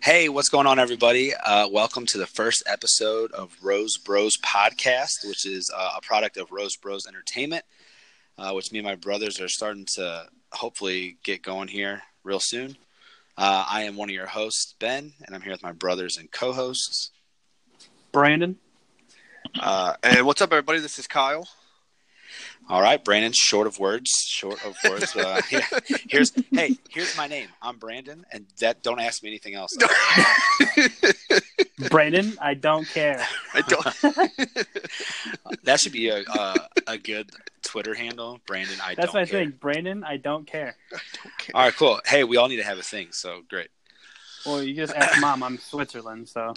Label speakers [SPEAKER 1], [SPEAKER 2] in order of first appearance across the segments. [SPEAKER 1] Hey, what's going on, everybody? Uh, welcome to the first episode of Rose Bros Podcast, which is uh, a product of Rose Bros Entertainment, uh, which me and my brothers are starting to hopefully get going here real soon. Uh, I am one of your hosts, Ben, and I'm here with my brothers and co hosts.
[SPEAKER 2] Brandon.
[SPEAKER 3] Uh, and what's up, everybody? This is Kyle.
[SPEAKER 1] All right, Brandon, short of words, short of words. Uh, yeah. Here's hey, here's my name. I'm Brandon, and that don't ask me anything else.
[SPEAKER 2] Brandon, I don't care.
[SPEAKER 3] I don't.
[SPEAKER 1] That should be a uh, a good Twitter handle, Brandon. I
[SPEAKER 2] That's
[SPEAKER 1] don't
[SPEAKER 2] my
[SPEAKER 1] care.
[SPEAKER 2] thing. Brandon, I don't care.
[SPEAKER 1] All right, cool. Hey, we all need to have a thing, so great.
[SPEAKER 2] Well, you just ask mom. I'm Switzerland, so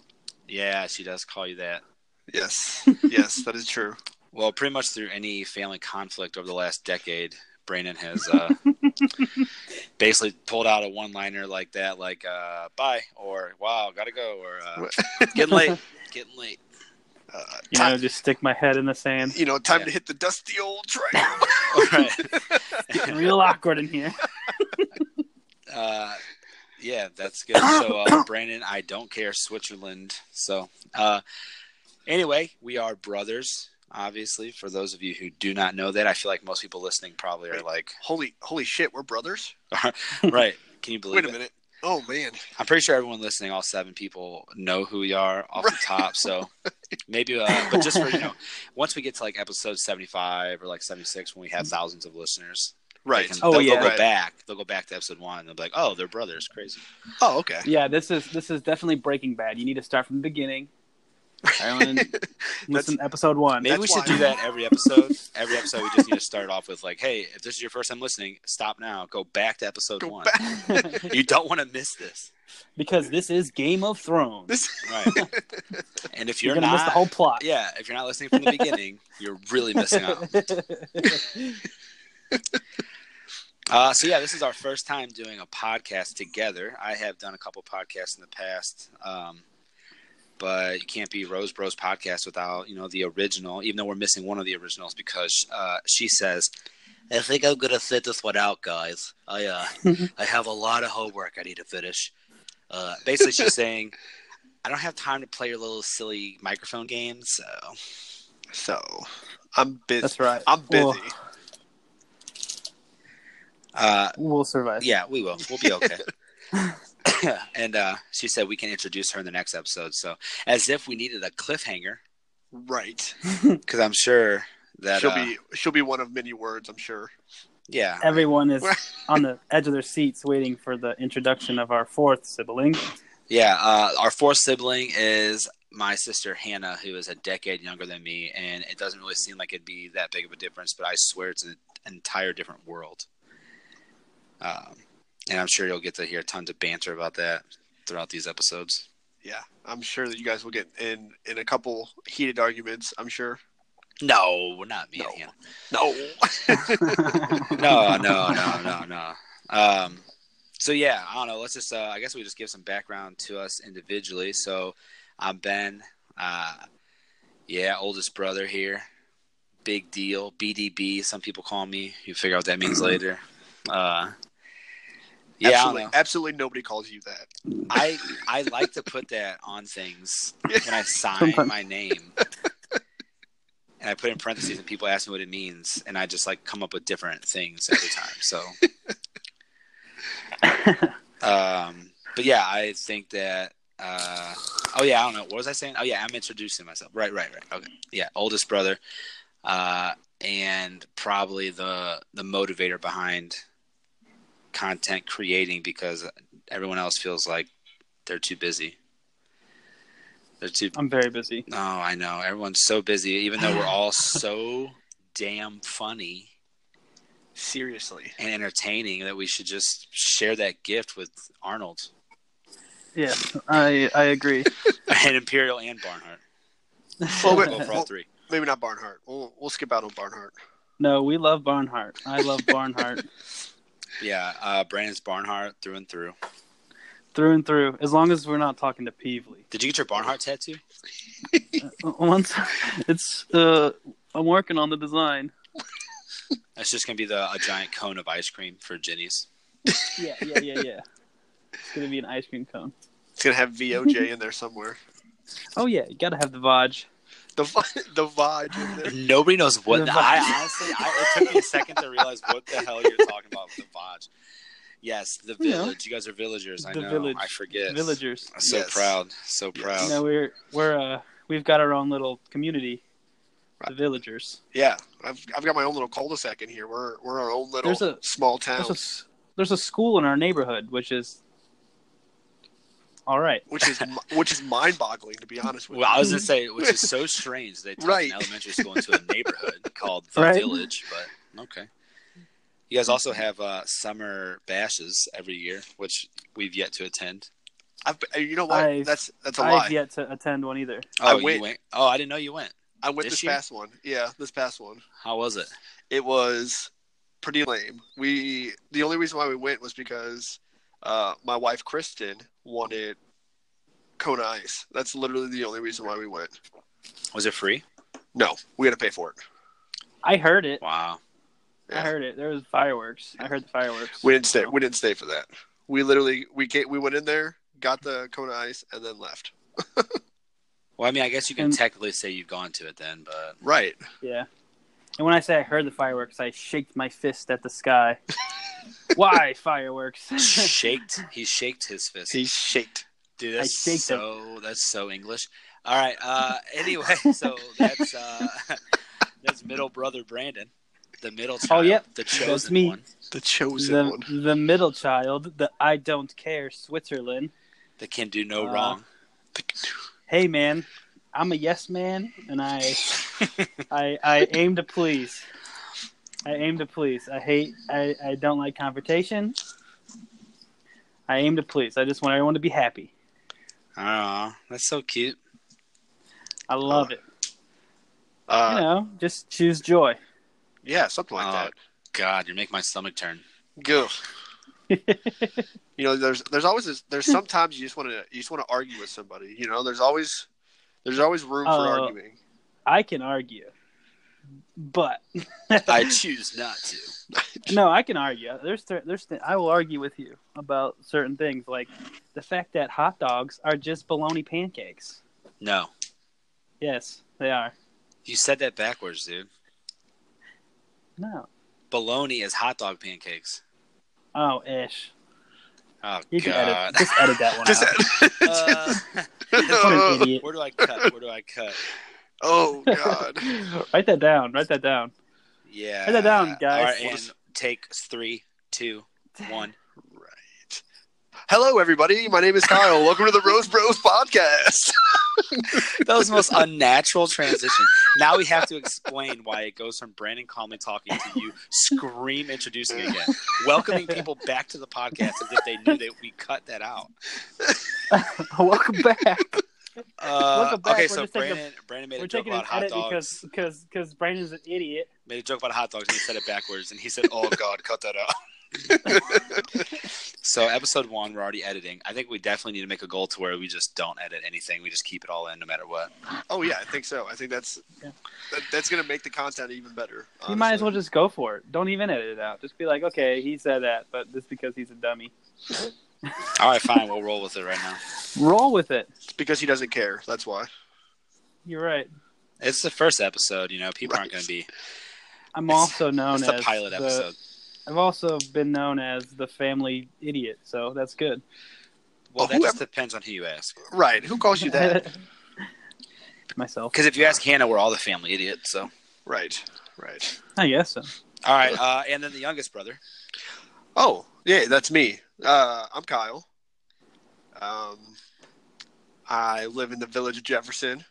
[SPEAKER 1] Yeah, she does call you that.
[SPEAKER 3] yes, yes, that is true.
[SPEAKER 1] Well, pretty much through any family conflict over the last decade, Brandon has uh, basically pulled out a one-liner like that, like uh, "bye" or "wow, gotta go" or uh, "getting late, getting late."
[SPEAKER 3] Uh,
[SPEAKER 2] you
[SPEAKER 3] time,
[SPEAKER 2] know, just stick my head in the sand.
[SPEAKER 3] you know, time
[SPEAKER 1] Yeah.
[SPEAKER 3] to hit the dusty old trail.
[SPEAKER 1] All right.
[SPEAKER 2] Getting real awkward in here.
[SPEAKER 1] Uh, yeah, that's good. So, uh, Brandon, I don't care, Switzerland. So, uh, anyway, we are brothers. Obviously, for those of you who do not know that, I feel like most people listening probably are like,
[SPEAKER 3] holy, holy shit, we're brothers.
[SPEAKER 1] "Right? Can you believe
[SPEAKER 3] Wait a
[SPEAKER 1] it?
[SPEAKER 3] minute. Oh man,
[SPEAKER 1] I'm pretty sure everyone listening, all seven people, know who we are off the
[SPEAKER 3] Right.
[SPEAKER 1] top. So maybe, uh, but just for you know, once we get to like episode 75 or like 76, when we have thousands of listeners, they
[SPEAKER 3] Mm-hmm. right?
[SPEAKER 1] can-
[SPEAKER 2] Oh,
[SPEAKER 1] they'll,
[SPEAKER 2] yeah.
[SPEAKER 1] they'll go
[SPEAKER 3] Right.
[SPEAKER 1] back. They'll go back to episode one. And they'll be like, oh, they're brothers. Crazy.
[SPEAKER 3] Oh, okay.
[SPEAKER 2] Yeah, this is this is definitely Breaking Bad. You need to start from the beginning. Everyone, listen, to episode one.
[SPEAKER 1] Maybe
[SPEAKER 3] That's
[SPEAKER 1] we should
[SPEAKER 3] why-
[SPEAKER 1] do that every episode. Every episode, we just need to start off with like, hey, if this is your first time listening, stop now. Go back to episode
[SPEAKER 3] Go
[SPEAKER 1] one.
[SPEAKER 3] back.
[SPEAKER 1] You don't want to miss this.
[SPEAKER 2] because this is Game of Thrones.
[SPEAKER 3] This-
[SPEAKER 1] Right. and if
[SPEAKER 2] You're
[SPEAKER 1] you're,
[SPEAKER 2] gonna
[SPEAKER 1] not,
[SPEAKER 2] miss the whole plot.
[SPEAKER 1] yeah, if you're not listening from the beginning, you're really missing out. Uh, so yeah, this is our first time doing a podcast together. I have done a couple podcasts in the past, um, but you can't be Rose Bros podcast without you know the original. Even though we're missing one of the originals because uh, she says, "I think I'm gonna sit this one out, guys. I uh, I have a lot of homework I need to finish." Uh, basically, she's saying, "I don't have time to play your little silly microphone game." So
[SPEAKER 3] so, I'm busy.
[SPEAKER 2] That's right.
[SPEAKER 3] I'm busy.
[SPEAKER 2] Well-
[SPEAKER 1] uh,
[SPEAKER 2] We'll survive.
[SPEAKER 1] Yeah, we will. We'll be okay. and uh, she said we can introduce her in the next episode. So, as if we needed a cliffhanger,
[SPEAKER 3] Right.
[SPEAKER 1] because I'm sure that
[SPEAKER 3] she'll
[SPEAKER 1] uh,
[SPEAKER 3] be she'll be one of many words, I'm sure.
[SPEAKER 1] yeah,
[SPEAKER 2] Everyone is on the edge of their seats, waiting for the introduction of our fourth sibling.
[SPEAKER 1] yeah. Uh, our fourth sibling is my sister Hannah, who is a decade younger than me, and it doesn't really seem like it'd be that big of a difference, but I swear it's an entire different world. Um, and I'm sure you'll get to hear tons of banter about that throughout these episodes.
[SPEAKER 3] Yeah, I'm sure that you guys will get in in a couple heated arguments. I'm sure.
[SPEAKER 1] No, not me
[SPEAKER 3] No.
[SPEAKER 1] and Hannah.
[SPEAKER 3] No.
[SPEAKER 1] no, no, no, no, no. Um, so yeah, I don't know. Let's just, uh, I guess we just give some background to us individually. So I'm Ben, uh, yeah, oldest brother here. Big deal, BDB. Some people call me. You figure out what that means later. Uh, yeah, I don't
[SPEAKER 3] absolutely,
[SPEAKER 1] know.
[SPEAKER 3] absolutely nobody calls you that.
[SPEAKER 1] I I like to put that on things when I sign
[SPEAKER 2] Sometimes.
[SPEAKER 1] my name. And I put in parentheses, and people ask me what it means, and I just like come up with different things every time. So, um, but yeah, I think that. Uh, oh yeah, I don't know. What was I saying? Oh yeah, I'm introducing myself. Right, right, right. Okay, yeah, oldest brother, uh, and probably the the motivator behind content creating because everyone else feels like they're too busy. They're too.
[SPEAKER 2] I'm very busy.
[SPEAKER 1] Oh, I know. Everyone's so busy, even though we're all so damn funny
[SPEAKER 3] Seriously.
[SPEAKER 1] and entertaining that we should just share that gift with Arnold
[SPEAKER 2] Yes, I I agree.
[SPEAKER 1] and Imperial and Barnhart.
[SPEAKER 3] Well,
[SPEAKER 1] We'll
[SPEAKER 3] wait,
[SPEAKER 1] go for all three.
[SPEAKER 3] Maybe not Barnhart. We'll we'll skip out on Barnhart.
[SPEAKER 2] No, we love Barnhart. I love Barnhart
[SPEAKER 1] Yeah, uh, Brandon's Barnhart through and through.
[SPEAKER 2] through and through. As long as we're not talking to Peevely.
[SPEAKER 1] Did you get your Barnhart tattoo?
[SPEAKER 2] Once it's uh, I'm working on the design.
[SPEAKER 1] That's just gonna be the a giant cone of ice cream for Jenny's.
[SPEAKER 2] Yeah, yeah, yeah, yeah. It's gonna be an ice cream cone.
[SPEAKER 3] It's gonna have VOJ in there somewhere.
[SPEAKER 2] Oh yeah, you gotta have the Vaj.
[SPEAKER 3] The vi- the Vaj in there.
[SPEAKER 1] Nobody knows what.
[SPEAKER 2] The
[SPEAKER 1] The,
[SPEAKER 2] Vaj.
[SPEAKER 1] I honestly, I, it took me a second to realize what the hell you're talking about with the Vaj. Yes, the
[SPEAKER 2] You know.
[SPEAKER 1] village. You guys are villagers. I
[SPEAKER 2] The
[SPEAKER 1] know.
[SPEAKER 2] village.
[SPEAKER 1] I forget.
[SPEAKER 2] Villagers.
[SPEAKER 1] So
[SPEAKER 3] Yes.
[SPEAKER 1] proud. So
[SPEAKER 3] Yes.
[SPEAKER 1] proud.
[SPEAKER 2] You know, we're we're uh we've got our own little community, the
[SPEAKER 3] Right.
[SPEAKER 2] villagers.
[SPEAKER 3] Yeah, I've I've got my own little cul-de-sac in here. We're we're our own little
[SPEAKER 2] There's a-
[SPEAKER 3] small town,
[SPEAKER 2] There's a s- there's a school in our neighborhood, which is all right.
[SPEAKER 3] which is mi- which is mind-boggling to be honest with
[SPEAKER 1] Well, I
[SPEAKER 3] you.
[SPEAKER 1] was gonna say, which is so strange. They took
[SPEAKER 3] Right.
[SPEAKER 1] an elementary school into a neighborhood called the
[SPEAKER 2] Right.
[SPEAKER 1] Village, but okay. You guys also have uh, summer bashes every year, which we've yet to attend.
[SPEAKER 3] I've, you know what?
[SPEAKER 2] I've-
[SPEAKER 3] that's that's a lie.
[SPEAKER 2] I've yet to attend one either.
[SPEAKER 1] Oh,
[SPEAKER 3] I
[SPEAKER 1] you
[SPEAKER 3] went.
[SPEAKER 1] went. Oh, I didn't know you went.
[SPEAKER 3] I went
[SPEAKER 1] This
[SPEAKER 3] this,
[SPEAKER 1] year?
[SPEAKER 3] past one. Yeah, this past one.
[SPEAKER 1] How was it?
[SPEAKER 3] It was pretty lame. We the only reason why we went was because uh, my wife Kristen wanted Kona Ice. That's literally the only reason why we went.
[SPEAKER 1] Was it free?
[SPEAKER 3] No, we had to pay for it.
[SPEAKER 2] I heard it.
[SPEAKER 1] Wow.
[SPEAKER 2] I
[SPEAKER 3] Yeah.
[SPEAKER 2] heard it. There was fireworks. I heard the fireworks.
[SPEAKER 3] We didn't stay. We didn't stay for that. We literally we came, we went in there, got the Kona Ice, and then left.
[SPEAKER 1] Well, I mean, I guess you can
[SPEAKER 2] And-
[SPEAKER 1] technically say you've gone to it then, but
[SPEAKER 3] Right.
[SPEAKER 2] Yeah. And when I say I heard the fireworks, I shaked my fist at the sky. Why fireworks?
[SPEAKER 1] shaked. He shaked his fist.
[SPEAKER 3] He shaked.
[SPEAKER 1] Dude,
[SPEAKER 2] I
[SPEAKER 1] that's
[SPEAKER 2] shaked it.
[SPEAKER 1] so that's so English. All right. Uh, anyway, so that's uh, that's middle brother Brandon, the middle child,
[SPEAKER 2] Oh, yep.
[SPEAKER 1] the chosen
[SPEAKER 2] me.
[SPEAKER 1] one,
[SPEAKER 3] The chosen
[SPEAKER 2] the,
[SPEAKER 3] one.
[SPEAKER 2] the middle child, the I don't care Switzerland.
[SPEAKER 1] that can do no
[SPEAKER 2] Uh,
[SPEAKER 1] wrong.
[SPEAKER 2] Hey man, I'm a yes man, and I, I, I aim to please. I aim to please. I hate. I, I don't like confrontation. I aim to please. I just want everyone to be happy.
[SPEAKER 1] Aw, that's so cute.
[SPEAKER 2] I love it.
[SPEAKER 3] Uh,
[SPEAKER 2] You know, just choose joy.
[SPEAKER 3] Yeah, something like
[SPEAKER 1] Oh.
[SPEAKER 3] that.
[SPEAKER 1] God, you make my stomach turn.
[SPEAKER 3] Go. you know, there's there's always this, there's sometimes you just want to you just want to argue with somebody. You know, there's always there's always room for
[SPEAKER 2] Uh,
[SPEAKER 3] arguing.
[SPEAKER 2] I can argue, but
[SPEAKER 1] I choose not to.
[SPEAKER 2] No, I can argue. There's cer- there's th- I will argue with you about certain things, like the fact that hot dogs are just bologna pancakes.
[SPEAKER 1] No,
[SPEAKER 2] Yes, they are.
[SPEAKER 1] you said that backwards, dude.
[SPEAKER 2] No.
[SPEAKER 1] Bologna is hot dog pancakes.
[SPEAKER 2] Oh, ish.
[SPEAKER 1] Oh
[SPEAKER 2] You can
[SPEAKER 1] God.
[SPEAKER 2] edit. Just edit that one
[SPEAKER 3] Just-
[SPEAKER 2] out.
[SPEAKER 1] Uh,
[SPEAKER 2] What an idiot.
[SPEAKER 1] where do I cut? Where do I cut?
[SPEAKER 3] oh God.
[SPEAKER 2] Write that down. Write that down.
[SPEAKER 1] Yeah.
[SPEAKER 2] Put it down, guys.
[SPEAKER 1] All right,
[SPEAKER 3] We'll
[SPEAKER 1] and
[SPEAKER 3] just-
[SPEAKER 1] take three, two, one.
[SPEAKER 3] Right. Hello, everybody. My name is Kyle. Welcome to the Rose Bros podcast.
[SPEAKER 1] That was the most unnatural transition. Now we have to explain why it goes from Brandon calmly talking to you scream introducing again, welcoming people back to the podcast as if they knew that we cut that out.
[SPEAKER 2] Welcome back.
[SPEAKER 1] Uh,
[SPEAKER 2] Welcome back.
[SPEAKER 1] okay,
[SPEAKER 2] We're
[SPEAKER 1] so
[SPEAKER 2] just taking a-
[SPEAKER 1] Brandon, Brandon made
[SPEAKER 2] We're
[SPEAKER 1] a joke
[SPEAKER 2] taking an
[SPEAKER 1] about hot
[SPEAKER 2] edit
[SPEAKER 1] dogs.
[SPEAKER 2] because because because Brandon's an idiot.
[SPEAKER 1] Made a joke about hot dogs and he said it backwards and he said, "Oh God, cut that out." so episode one, we're already editing. I think we definitely need to make a goal to where we just don't edit anything. We just keep it all in no matter what.
[SPEAKER 3] Oh yeah, I think so. I think that's
[SPEAKER 2] Yeah.
[SPEAKER 3] that, that's gonna make the content even better.
[SPEAKER 2] You might as well
[SPEAKER 3] honestly.
[SPEAKER 2] just go for it. Don't even edit it out. Just be like, okay, he said that, but just because he's a dummy.
[SPEAKER 1] All right, fine. We'll roll with it right now.
[SPEAKER 2] Roll with it.
[SPEAKER 3] It's because he doesn't care. That's why.
[SPEAKER 2] You're right.
[SPEAKER 1] It's the first episode, you know. People aren't
[SPEAKER 3] Right.
[SPEAKER 1] going to be.
[SPEAKER 2] I'm
[SPEAKER 1] It's-
[SPEAKER 2] also known
[SPEAKER 1] It's
[SPEAKER 2] as
[SPEAKER 1] the pilot episode.
[SPEAKER 2] I've also been known as the family idiot, so that's good.
[SPEAKER 1] Well,
[SPEAKER 3] Well,
[SPEAKER 1] that just
[SPEAKER 3] whoever-
[SPEAKER 1] depends on who you ask.
[SPEAKER 3] Right. Who calls you that?
[SPEAKER 2] Myself,
[SPEAKER 1] Because if you ask Hannah, we're all the family idiots. So,
[SPEAKER 3] right. Right.
[SPEAKER 2] I guess so.
[SPEAKER 1] all right, uh, and then the youngest brother.
[SPEAKER 3] Oh, yeah, that's me. Uh, I'm Kyle. Um, I live in the village of Jefferson,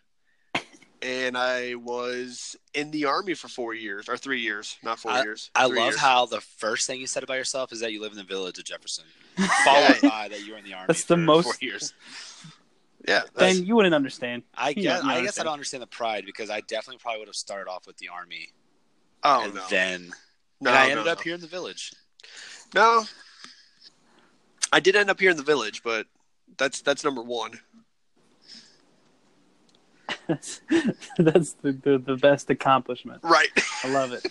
[SPEAKER 3] and I was in the army for four years or three years, not four years.
[SPEAKER 1] I
[SPEAKER 3] three
[SPEAKER 1] love
[SPEAKER 3] years.
[SPEAKER 1] how the first thing you said about yourself is that you live in the village of Jefferson, followed by that you were in the army.
[SPEAKER 2] That's the
[SPEAKER 1] for
[SPEAKER 2] most-
[SPEAKER 1] four years.
[SPEAKER 3] yeah. that's-
[SPEAKER 2] Then you wouldn't understand.
[SPEAKER 1] I
[SPEAKER 2] Yeah,
[SPEAKER 1] guess
[SPEAKER 2] no,
[SPEAKER 1] I guess
[SPEAKER 2] I
[SPEAKER 1] I
[SPEAKER 2] understand.
[SPEAKER 1] don't understand the pride because I definitely probably would have started off with the army
[SPEAKER 3] oh
[SPEAKER 1] and
[SPEAKER 3] no,
[SPEAKER 1] then
[SPEAKER 3] no,
[SPEAKER 1] and I
[SPEAKER 3] no,
[SPEAKER 1] ended
[SPEAKER 3] no.
[SPEAKER 1] up here in the village.
[SPEAKER 3] No, I did end up here in the village, but that's that's number one.
[SPEAKER 2] That's, that's the, the the best accomplishment.
[SPEAKER 3] Right.
[SPEAKER 2] I love it.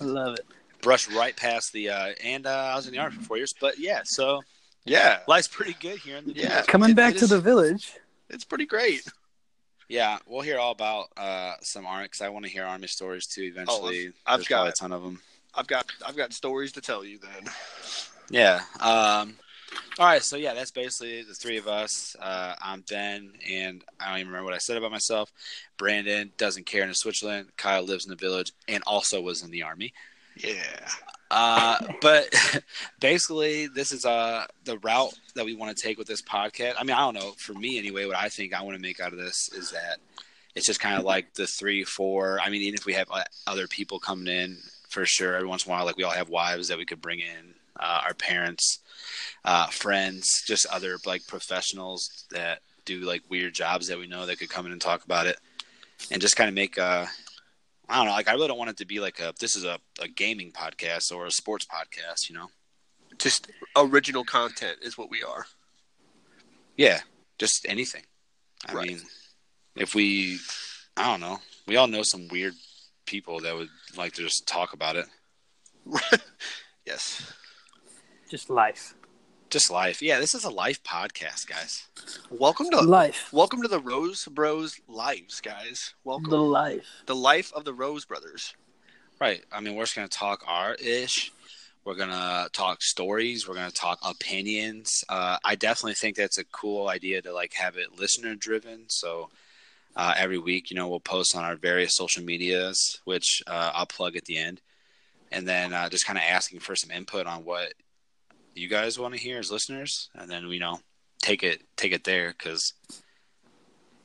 [SPEAKER 2] I love it.
[SPEAKER 1] Brushed right past the uh, and uh, I was in the army for four years. But yeah, so
[SPEAKER 3] Yeah,
[SPEAKER 1] Life's pretty good here in the
[SPEAKER 3] Yeah.
[SPEAKER 2] Coming
[SPEAKER 3] It-
[SPEAKER 2] back
[SPEAKER 3] it
[SPEAKER 2] to
[SPEAKER 3] is-
[SPEAKER 2] the village.
[SPEAKER 3] it's pretty great.
[SPEAKER 1] Yeah, we'll hear all about uh, some Amish because I want to hear Amish stories too eventually.
[SPEAKER 3] Oh, I've
[SPEAKER 1] There's probably
[SPEAKER 3] got-
[SPEAKER 1] a ton of them.
[SPEAKER 3] I've got I've got stories to tell you then.
[SPEAKER 1] Yeah. Um, all right. So yeah, that's basically the three of us. Uh, I'm Ben, and I don't even remember what I said about myself. Brandon doesn't care in Switzerland. Kyle lives in the village and also was in the army.
[SPEAKER 3] Yeah.
[SPEAKER 1] Uh, but basically, this is uh the route that we want to take with this podcast. I mean, I don't know. For me, anyway, what I think I want to make out of this is that it's just kind of like the three, four. I mean, even if we have uh, other people coming in for sure, every once in a while, like we all have wives that we could bring in, uh, our parents, uh, friends, just other like professionals that do like weird jobs that we know that could come in and talk about it, and just kind of make uh I don't know. Like, I really don't want it to be like a this is a, a gaming podcast or a sports podcast, you know?
[SPEAKER 3] Just original content is what we are.
[SPEAKER 1] Yeah, just anything. I
[SPEAKER 3] Right.
[SPEAKER 1] mean, if we, I don't know, we all know some weird people that would like to just talk about it.
[SPEAKER 3] Yes.
[SPEAKER 2] Just life.
[SPEAKER 1] Just life. Yeah, this is a life podcast, guys.
[SPEAKER 3] Welcome to
[SPEAKER 2] Life.
[SPEAKER 3] welcome to the Rose Bros lives, guys. Welcome
[SPEAKER 2] The life.
[SPEAKER 3] the life of the Rose Brothers.
[SPEAKER 1] Right. I mean, we're just going to talk our ish. We're going to talk stories. We're going to talk opinions. Uh, I definitely think that's a cool idea to like have it listener driven. So uh, every week, you know, we'll post on our various social medias, which uh, I'll plug at the end. And then uh, just kind of asking for some input on what you guys want to hear as listeners. And then, you know, take it, take it there. Cause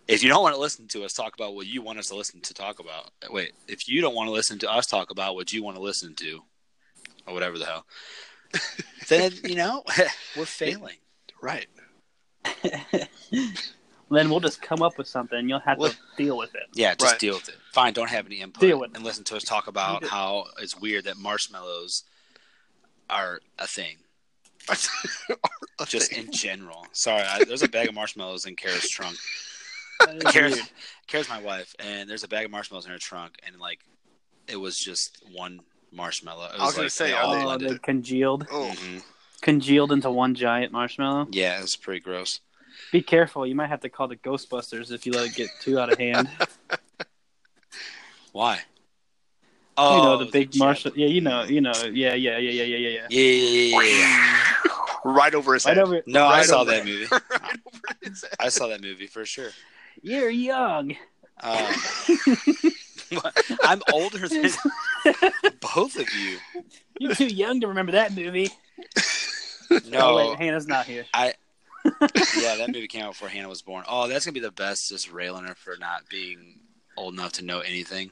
[SPEAKER 1] if you don't want to listen to us talk about what you want us to listen to talk about wait if you don't want to listen to us talk about what you want to listen to or whatever the hell then you know we're failing
[SPEAKER 3] Right.
[SPEAKER 2] Then we'll just come up with something. You'll have to
[SPEAKER 1] Well-
[SPEAKER 2] deal with it.
[SPEAKER 1] yeah just
[SPEAKER 3] Right.
[SPEAKER 1] deal with it fine don't have any input
[SPEAKER 2] Deal with it.
[SPEAKER 1] and listen to us talk about how it's weird that marshmallows are a thing just in general sorry I, there's a bag of marshmallows in Kara's trunk
[SPEAKER 2] That is
[SPEAKER 1] Kara's,
[SPEAKER 2] weird.
[SPEAKER 1] Kara's my wife and there's a bag of marshmallows in her trunk and like it was just one marshmallow it was,
[SPEAKER 3] I was gonna
[SPEAKER 1] like,
[SPEAKER 3] say,
[SPEAKER 1] they
[SPEAKER 3] are
[SPEAKER 1] all
[SPEAKER 3] they-
[SPEAKER 2] Oh,
[SPEAKER 1] blended.
[SPEAKER 2] they congealed,
[SPEAKER 3] oh,
[SPEAKER 1] Mhm.
[SPEAKER 2] congealed into one giant marshmallow.
[SPEAKER 1] Yeah, it's pretty gross.
[SPEAKER 2] Be careful. You might have to call the Ghostbusters if you let it get too out of hand.
[SPEAKER 1] Why?
[SPEAKER 2] you
[SPEAKER 1] Oh,
[SPEAKER 2] know the big
[SPEAKER 1] jet
[SPEAKER 2] marshal.
[SPEAKER 1] blue.
[SPEAKER 2] Yeah, you know, you know. Yeah, yeah, yeah, yeah, yeah, yeah.
[SPEAKER 1] Yeah,
[SPEAKER 2] yeah.
[SPEAKER 1] yeah, yeah, yeah, yeah.
[SPEAKER 3] right over his
[SPEAKER 2] Right
[SPEAKER 3] head.
[SPEAKER 2] over.
[SPEAKER 1] No, I
[SPEAKER 3] Right
[SPEAKER 1] saw
[SPEAKER 3] over
[SPEAKER 1] that
[SPEAKER 3] it.
[SPEAKER 1] movie.
[SPEAKER 3] right over his head.
[SPEAKER 1] I saw that movie for sure.
[SPEAKER 2] You're young.
[SPEAKER 1] Um, I'm older than both of you.
[SPEAKER 2] You're too young to remember that movie. Oh,
[SPEAKER 1] No,
[SPEAKER 2] wait, Hannah's not here.
[SPEAKER 1] yeah, that movie came out before Hannah was born. Oh, that's gonna be the best. Just railing her for not being old enough to know anything.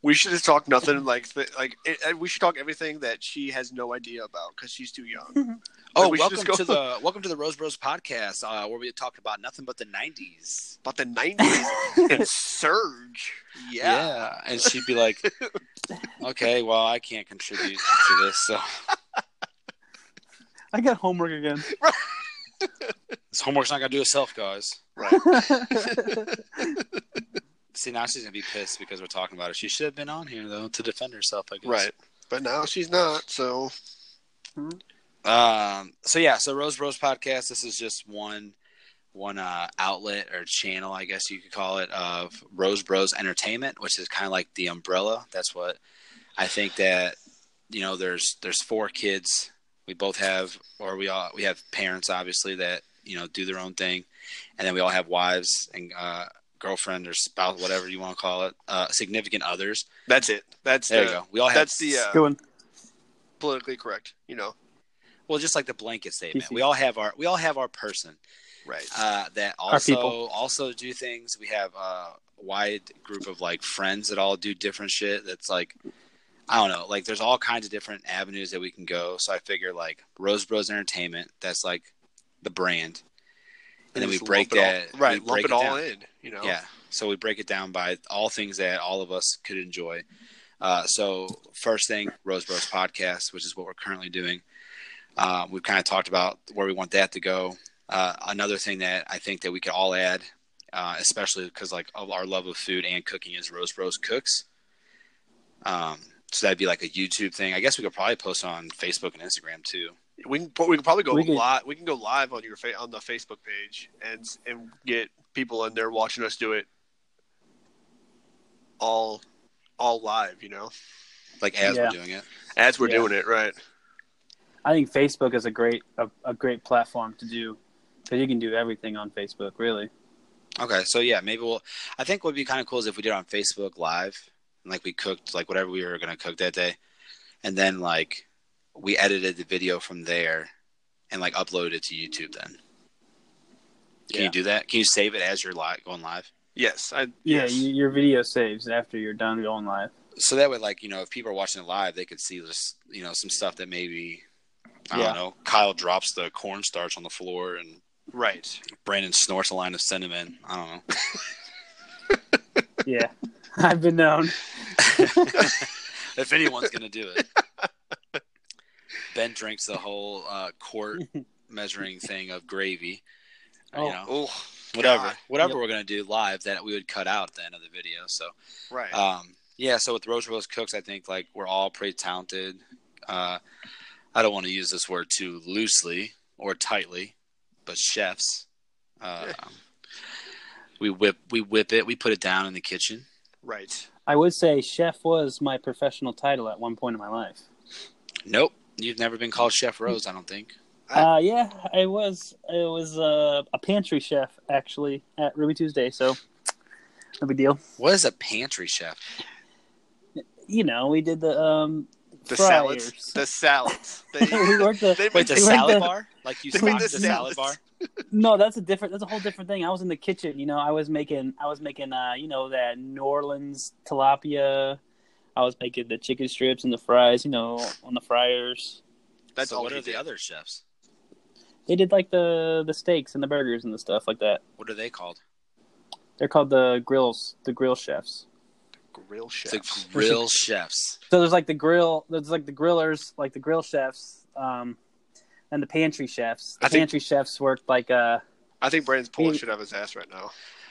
[SPEAKER 3] We should just talk nothing like th- like it, and we should talk everything that she has no idea about because she's too young.
[SPEAKER 1] Oh,
[SPEAKER 3] we should
[SPEAKER 1] welcome
[SPEAKER 3] just go-
[SPEAKER 1] to the welcome to the Rose Bros podcast, uh, where we talked about nothing but the '90s.
[SPEAKER 3] About the nineties and surge. Yeah.
[SPEAKER 1] And she'd be like, okay, well, I can't contribute to this. So
[SPEAKER 2] I got homework again.
[SPEAKER 1] this homework's not going to do itself, guys.
[SPEAKER 3] Right.
[SPEAKER 1] See, now she's going to be pissed because we're talking about her. She should have been on here, though, to defend herself, I guess.
[SPEAKER 3] Right. But now she's not, so
[SPEAKER 1] Um, so, yeah, so Rose Rose Podcast, this is just one one uh, outlet or channel, I guess you could call it, of Rose Bros Entertainment, which is kind of like the umbrella. That's what I think that you know. There's there's four kids. We both have, or we all we have parents, obviously that you know do their own thing, and then we all have wives and uh, girlfriend or spouse, whatever you want to call it, uh, significant others.
[SPEAKER 3] that's it. That's
[SPEAKER 1] There
[SPEAKER 3] the,
[SPEAKER 1] you go. We all have
[SPEAKER 3] That's the uh,
[SPEAKER 2] Good one.
[SPEAKER 3] politically correct, you know.
[SPEAKER 1] well, just like the blanket statement.
[SPEAKER 2] PC.
[SPEAKER 1] We all have our we all have our person.
[SPEAKER 3] Right.
[SPEAKER 1] uh, that
[SPEAKER 2] people.
[SPEAKER 1] also also do things. We have a wide group of like friends that all do different shit. That's like I don't know, like there's all kinds of different avenues that we can go. So I figure like Rose Bros Entertainment, that's like the brand, and then we
[SPEAKER 3] just
[SPEAKER 1] break
[SPEAKER 3] lump it
[SPEAKER 1] that
[SPEAKER 3] all, right,
[SPEAKER 1] we
[SPEAKER 3] lump
[SPEAKER 1] break
[SPEAKER 3] it, all
[SPEAKER 1] down.
[SPEAKER 3] in, you know.
[SPEAKER 1] Yeah. So we break it down by all things that all of us could enjoy. Uh, so first thing, Rose Bros podcast, which is what we're currently doing. Uh, we've kind of talked about where we want that to go. Uh, another thing that I think that we could all add, uh, especially because like of our love of food and cooking is Rose Bros cooks. Um, so that'd be like a YouTube thing. I guess we could probably post on Facebook and Instagram too.
[SPEAKER 3] We can, we can probably go
[SPEAKER 2] We can-
[SPEAKER 3] live. We can go live on your fa- on the Facebook page and and get people in there watching us do it all all live. You know,
[SPEAKER 1] like as
[SPEAKER 2] Yeah.
[SPEAKER 1] we're doing it.
[SPEAKER 3] as we're
[SPEAKER 2] Yeah.
[SPEAKER 3] doing it, right?
[SPEAKER 2] I think Facebook is a great a, a great platform to do because you can do everything on Facebook, really.
[SPEAKER 1] Okay, so yeah, maybe we'll. I think what would be kind of cool is if we did it on Facebook Live, and like we cooked like whatever we were gonna cook that day, and then like we edited the video from there, and like uploaded it to YouTube. Then can
[SPEAKER 2] Yeah.
[SPEAKER 1] you do that? Can you save it as you're live going live?
[SPEAKER 3] Yes, I
[SPEAKER 2] Yeah,
[SPEAKER 3] yes.
[SPEAKER 2] you, your video saves after you're done going live.
[SPEAKER 1] So that way, like you know, if people are watching it live, they could see this, you know, some stuff that maybe I
[SPEAKER 2] Yeah.
[SPEAKER 1] don't know. Kyle drops the cornstarch on the floor, and
[SPEAKER 3] right.
[SPEAKER 1] Brandon snorts a line of cinnamon. I don't know.
[SPEAKER 2] Yeah, I've been known.
[SPEAKER 1] if anyone's gonna do it. Ben drinks the whole uh, quart measuring thing of gravy.
[SPEAKER 2] Oh,
[SPEAKER 1] you know,
[SPEAKER 3] Oh,
[SPEAKER 1] whatever,
[SPEAKER 3] God.
[SPEAKER 1] whatever
[SPEAKER 2] Yep.
[SPEAKER 1] we're gonna do live that we would cut out at the end of the video. So,
[SPEAKER 3] right.
[SPEAKER 1] um, yeah. So with Rose Rose Cooks, I think like we're all pretty talented. Uh, I don't want to use this word too loosely or tightly, but chefs. Uh, we whip, we whip it, we put it down in the kitchen.
[SPEAKER 3] right.
[SPEAKER 2] I would say chef was my professional title at one point in my life.
[SPEAKER 1] Nope, you've never been called Chef Rose, I don't think.
[SPEAKER 3] I-
[SPEAKER 2] Uh, yeah, I was. I was uh, a pantry chef actually at Ruby Tuesday, so no big deal.
[SPEAKER 1] What is a pantry chef?
[SPEAKER 2] You know, we did the um,
[SPEAKER 3] The
[SPEAKER 2] fryers.
[SPEAKER 3] salads. The salads. They,
[SPEAKER 2] we worked the
[SPEAKER 3] they
[SPEAKER 1] Wait,
[SPEAKER 3] made
[SPEAKER 1] the
[SPEAKER 2] They went
[SPEAKER 1] salad
[SPEAKER 2] to-
[SPEAKER 1] bar? Like you
[SPEAKER 3] They made
[SPEAKER 1] stocked the
[SPEAKER 3] the
[SPEAKER 1] salad bar?
[SPEAKER 3] salads.
[SPEAKER 2] No, that's a different. That's a whole different thing. I was in the kitchen. You know, I was making. I was making. Uh, you know that New Orleans tilapia. I was making the chicken strips and the fries. You know, on the fryers.
[SPEAKER 3] That's
[SPEAKER 1] so
[SPEAKER 3] all
[SPEAKER 1] what
[SPEAKER 3] he
[SPEAKER 1] are the
[SPEAKER 3] did.
[SPEAKER 1] other chefs?
[SPEAKER 2] They did like the the steaks and the burgers and the stuff like that.
[SPEAKER 1] What are they called?
[SPEAKER 2] They're called the grills. The grill chefs.
[SPEAKER 3] grill
[SPEAKER 1] It's
[SPEAKER 3] chefs.
[SPEAKER 1] like grill chefs.
[SPEAKER 2] So there's like the grill. There's like the grillers, like the grill chefs, um, and the pantry chefs. The
[SPEAKER 3] I think-
[SPEAKER 2] pantry chefs worked like uh,
[SPEAKER 3] I think Brandon's pulling
[SPEAKER 2] He-
[SPEAKER 3] shit out of his ass right now.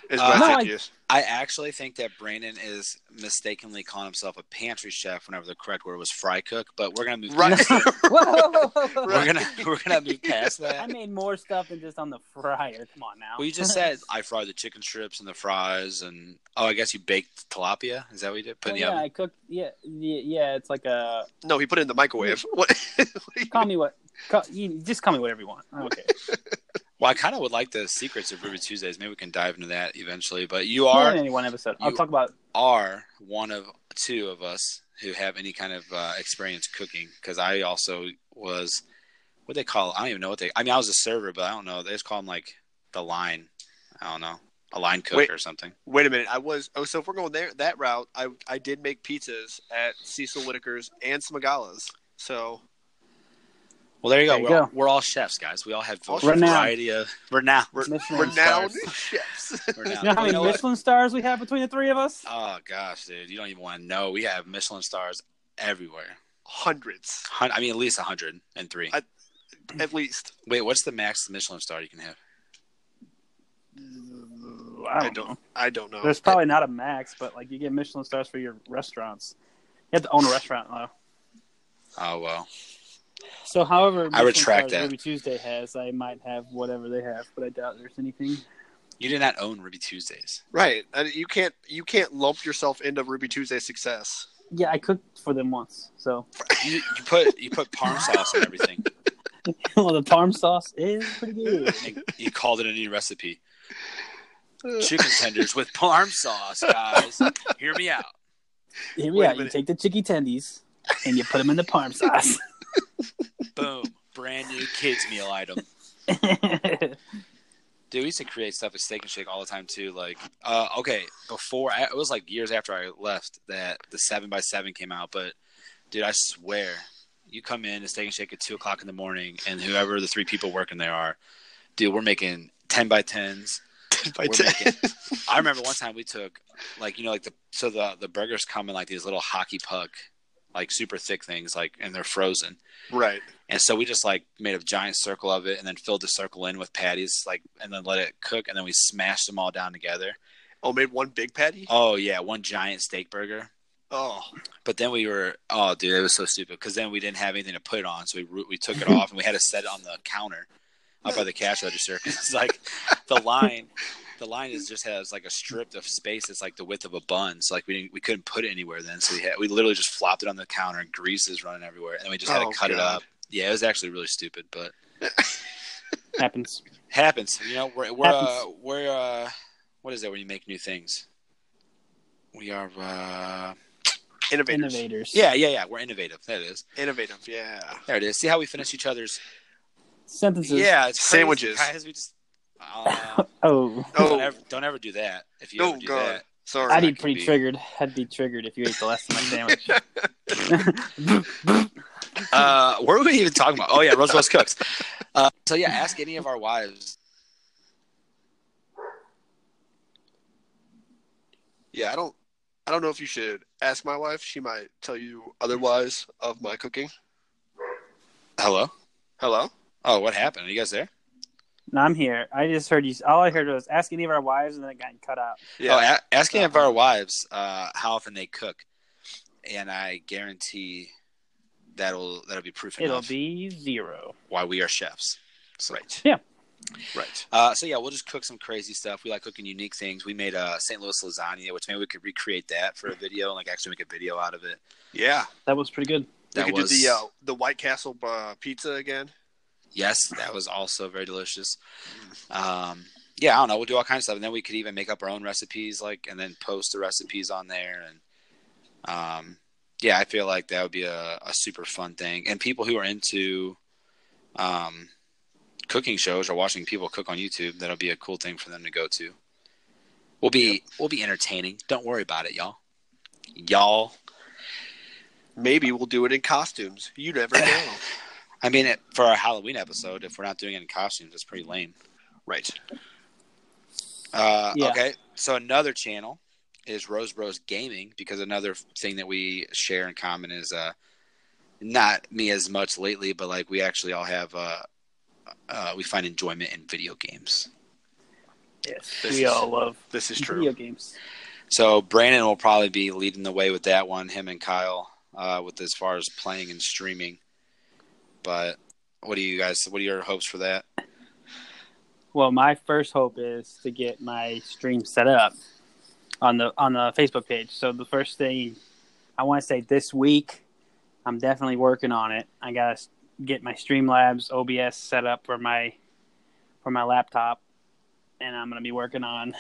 [SPEAKER 3] Is
[SPEAKER 1] Uh,
[SPEAKER 3] what
[SPEAKER 2] No,
[SPEAKER 3] I
[SPEAKER 2] I-
[SPEAKER 3] think he is.
[SPEAKER 1] I actually think that Brandon is mistakenly calling himself a pantry chef whenever the correct word was fry cook, but we're gonna move
[SPEAKER 3] Right.
[SPEAKER 1] past-
[SPEAKER 2] whoa, whoa, whoa, whoa.
[SPEAKER 1] We're gonna we're gonna move past
[SPEAKER 2] I
[SPEAKER 1] that.
[SPEAKER 2] made more stuff than just on the fryer. Come on now.
[SPEAKER 1] Well you just said I fried the chicken strips and the fries and oh I guess you baked tilapia. Is that what you did? Put
[SPEAKER 2] Well,
[SPEAKER 1] in the
[SPEAKER 2] yeah,
[SPEAKER 1] oven.
[SPEAKER 2] I cooked. Yeah, yeah, yeah, it's like a
[SPEAKER 3] No, he put it in the microwave. What?
[SPEAKER 2] call me what. Call, you, just call me whatever you want. Okay.
[SPEAKER 1] Well I kinda would like the secrets of Ruby Tuesdays. Maybe we can dive into that eventually. But you
[SPEAKER 2] More
[SPEAKER 1] are
[SPEAKER 2] than any one episode. I'll
[SPEAKER 1] you-
[SPEAKER 2] talk about.
[SPEAKER 1] are one of two of us who have any kind of uh, experience cooking because I also was what they call I don't even know what they I mean I was a server but I don't know they just call them like the line I don't know a line cook
[SPEAKER 3] Wait.
[SPEAKER 1] or something
[SPEAKER 3] Wait a minute. I was. Oh, so if we're going there that route, I I did make pizzas at Cecil Whitaker's and Smigala's. So
[SPEAKER 1] well there you go,
[SPEAKER 2] There you
[SPEAKER 1] we're, All,
[SPEAKER 2] go.
[SPEAKER 1] we're all chefs guys we all have
[SPEAKER 3] All
[SPEAKER 1] a
[SPEAKER 3] chefs.
[SPEAKER 1] variety of we're now
[SPEAKER 3] we're
[SPEAKER 2] Michelin
[SPEAKER 3] renowned
[SPEAKER 2] stars.
[SPEAKER 3] chefs.
[SPEAKER 1] we're
[SPEAKER 2] You know
[SPEAKER 1] now
[SPEAKER 2] how many Michelin stars we have between the three of us?
[SPEAKER 1] oh gosh dude you don't even want to know we have Michelin stars everywhere
[SPEAKER 3] Hundreds,
[SPEAKER 1] Hun- I mean at least 103
[SPEAKER 3] I- at least.
[SPEAKER 1] wait what's the max Michelin star you can have
[SPEAKER 2] I
[SPEAKER 3] I don't. I don't know.
[SPEAKER 2] There's probably not a max, but like you get Michelin stars for your restaurants. You have to own a restaurant though.
[SPEAKER 1] oh well
[SPEAKER 2] So, however,
[SPEAKER 1] I
[SPEAKER 2] Michelin
[SPEAKER 1] retract
[SPEAKER 2] stars
[SPEAKER 1] that.
[SPEAKER 2] Ruby Tuesday has, I might have whatever they have, but I doubt there's anything.
[SPEAKER 1] you did not own Ruby Tuesdays
[SPEAKER 3] right. I, you can't. You can't lump yourself into Ruby Tuesday success.
[SPEAKER 2] Yeah, I cooked for them once, so
[SPEAKER 1] You, you put you put parm sauce on everything.
[SPEAKER 2] well, the parm sauce is pretty good.
[SPEAKER 1] And you called it a new recipe:
[SPEAKER 3] Uh,
[SPEAKER 1] chicken tenders with parm sauce, guys. Hear me out.
[SPEAKER 2] Here
[SPEAKER 3] Wait
[SPEAKER 2] we
[SPEAKER 3] a
[SPEAKER 2] are. You
[SPEAKER 3] minute.
[SPEAKER 2] take the chicky tendies and you put them in the parm sauce.
[SPEAKER 1] Boom, brand new kids meal item. Dude, we used to create stuff at Steak and Shake all the time too. Like, uh, okay, before I, it was like years after I left that the seven by seven came out. But dude, I swear, you come in to Steak and Shake at two o'clock in the morning, and whoever the three people working there are, dude, we're making ten by tens,
[SPEAKER 3] by
[SPEAKER 1] We're
[SPEAKER 3] ten.
[SPEAKER 1] making- I remember one time we took like you know like the so the the burgers come in like these little hockey puck like super thick things like and they're frozen
[SPEAKER 3] right.
[SPEAKER 1] and so we just like made a giant circle of it and then filled the circle in with patties like and then let it cook and then we smashed them all down together
[SPEAKER 3] Oh, made one big patty.
[SPEAKER 1] oh yeah one giant steak burger
[SPEAKER 3] Oh,
[SPEAKER 1] But then we were, oh, dude, it was so stupid because then we didn't have anything to put it on, so we ru- we took it off and we had to set it on the counter up by the cash register 'cause it's like the line, the line is just has like a strip of space that's like the width of a bun, so like we didn't we couldn't put it anywhere then, so we had we literally just flopped it on the counter and grease is running everywhere, and then we just had
[SPEAKER 3] Oh,
[SPEAKER 1] to cut it
[SPEAKER 3] God.
[SPEAKER 1] up. Yeah, it was actually really stupid, but
[SPEAKER 2] Happens.
[SPEAKER 1] happens. You know, we're we're uh,
[SPEAKER 2] Happens.
[SPEAKER 1] we're uh, what is that when you make new things? We are, uh,
[SPEAKER 3] innovators.
[SPEAKER 2] Innovators.
[SPEAKER 1] yeah, yeah, yeah. We're innovative. That is.
[SPEAKER 3] Innovative, yeah.
[SPEAKER 1] There it is. See how we finish each other's
[SPEAKER 2] Sentences.
[SPEAKER 1] Yeah, it's crazy,
[SPEAKER 3] Sandwiches.
[SPEAKER 1] guys. We just uh,
[SPEAKER 2] Oh,
[SPEAKER 1] don't,
[SPEAKER 3] Oh,
[SPEAKER 1] ever, don't ever do that. If you
[SPEAKER 3] oh
[SPEAKER 1] ever do
[SPEAKER 3] God.
[SPEAKER 1] that,
[SPEAKER 3] Sorry.
[SPEAKER 1] that
[SPEAKER 2] I'd be
[SPEAKER 1] could
[SPEAKER 2] pretty
[SPEAKER 1] be-
[SPEAKER 2] triggered. I'd be triggered if you ate the last of my sandwich.
[SPEAKER 1] uh, what were we even talking about? Oh yeah, Roosevelt's cooks. Uh, so yeah, ask any of our wives.
[SPEAKER 3] yeah, I don't. I don't know if you should ask my wife. She might tell you otherwise of my cooking.
[SPEAKER 1] Hello.
[SPEAKER 3] Hello.
[SPEAKER 1] Oh, what happened? Are you guys there?
[SPEAKER 2] no, I'm here. I just heard you. All I heard was ask any of our wives, and then it got cut out.
[SPEAKER 1] Oh, a- ask any of
[SPEAKER 3] Uh-huh.
[SPEAKER 1] our wives uh, how often they cook, and I guarantee that'll that'll be proof
[SPEAKER 2] It'll
[SPEAKER 1] enough
[SPEAKER 2] be zero.
[SPEAKER 1] why we are chefs. So-
[SPEAKER 3] right.
[SPEAKER 2] Yeah.
[SPEAKER 3] Right.
[SPEAKER 1] Uh, so yeah, we'll just cook some crazy stuff. We like cooking unique things. We made a St. Louis lasagna, which maybe we could recreate that for a video and like actually make a video out of it.
[SPEAKER 3] Yeah.
[SPEAKER 2] That was pretty good.
[SPEAKER 1] That
[SPEAKER 3] we could
[SPEAKER 1] was
[SPEAKER 3] do the uh, the White Castle uh, pizza again.
[SPEAKER 1] yes, that was also very delicious. Um, yeah, I don't know. We'll do all kinds of stuff, and then we could even make up our own recipes, like, and then post the recipes on there. And um, yeah, I feel like that would be a, a super fun thing. And people who are into um, cooking shows or watching people cook on YouTube, that'll be a cool thing for them to go to. We'll be we'll be entertaining. Don't worry about it, y'all. Y'all.
[SPEAKER 3] Maybe we'll do it in costumes. You never know.
[SPEAKER 1] I mean, it- for our Halloween episode, if we're not doing it in costumes, it's pretty lame.
[SPEAKER 3] right.
[SPEAKER 1] Uh,
[SPEAKER 2] Yeah.
[SPEAKER 1] Okay, so another channel is Rose Bros Gaming because another thing that we share in common is uh, not me as much lately, but like we actually all have uh, uh, we find enjoyment in video games.
[SPEAKER 2] Yes,
[SPEAKER 3] This
[SPEAKER 2] we
[SPEAKER 3] is-
[SPEAKER 2] all love
[SPEAKER 3] This is
[SPEAKER 2] video
[SPEAKER 3] true.
[SPEAKER 2] games.
[SPEAKER 1] So Brandon will probably be leading the way with that one, him and Kyle, uh, with as far as playing and streaming. But what do you guys? What are your hopes for that?
[SPEAKER 2] Well, my first hope is to get my stream set up on the on the Facebook page. So the first thing I want to say this week, I'm definitely working on it. I gotta s- get my Streamlabs OBS set up for my for my laptop, and I'm gonna be working on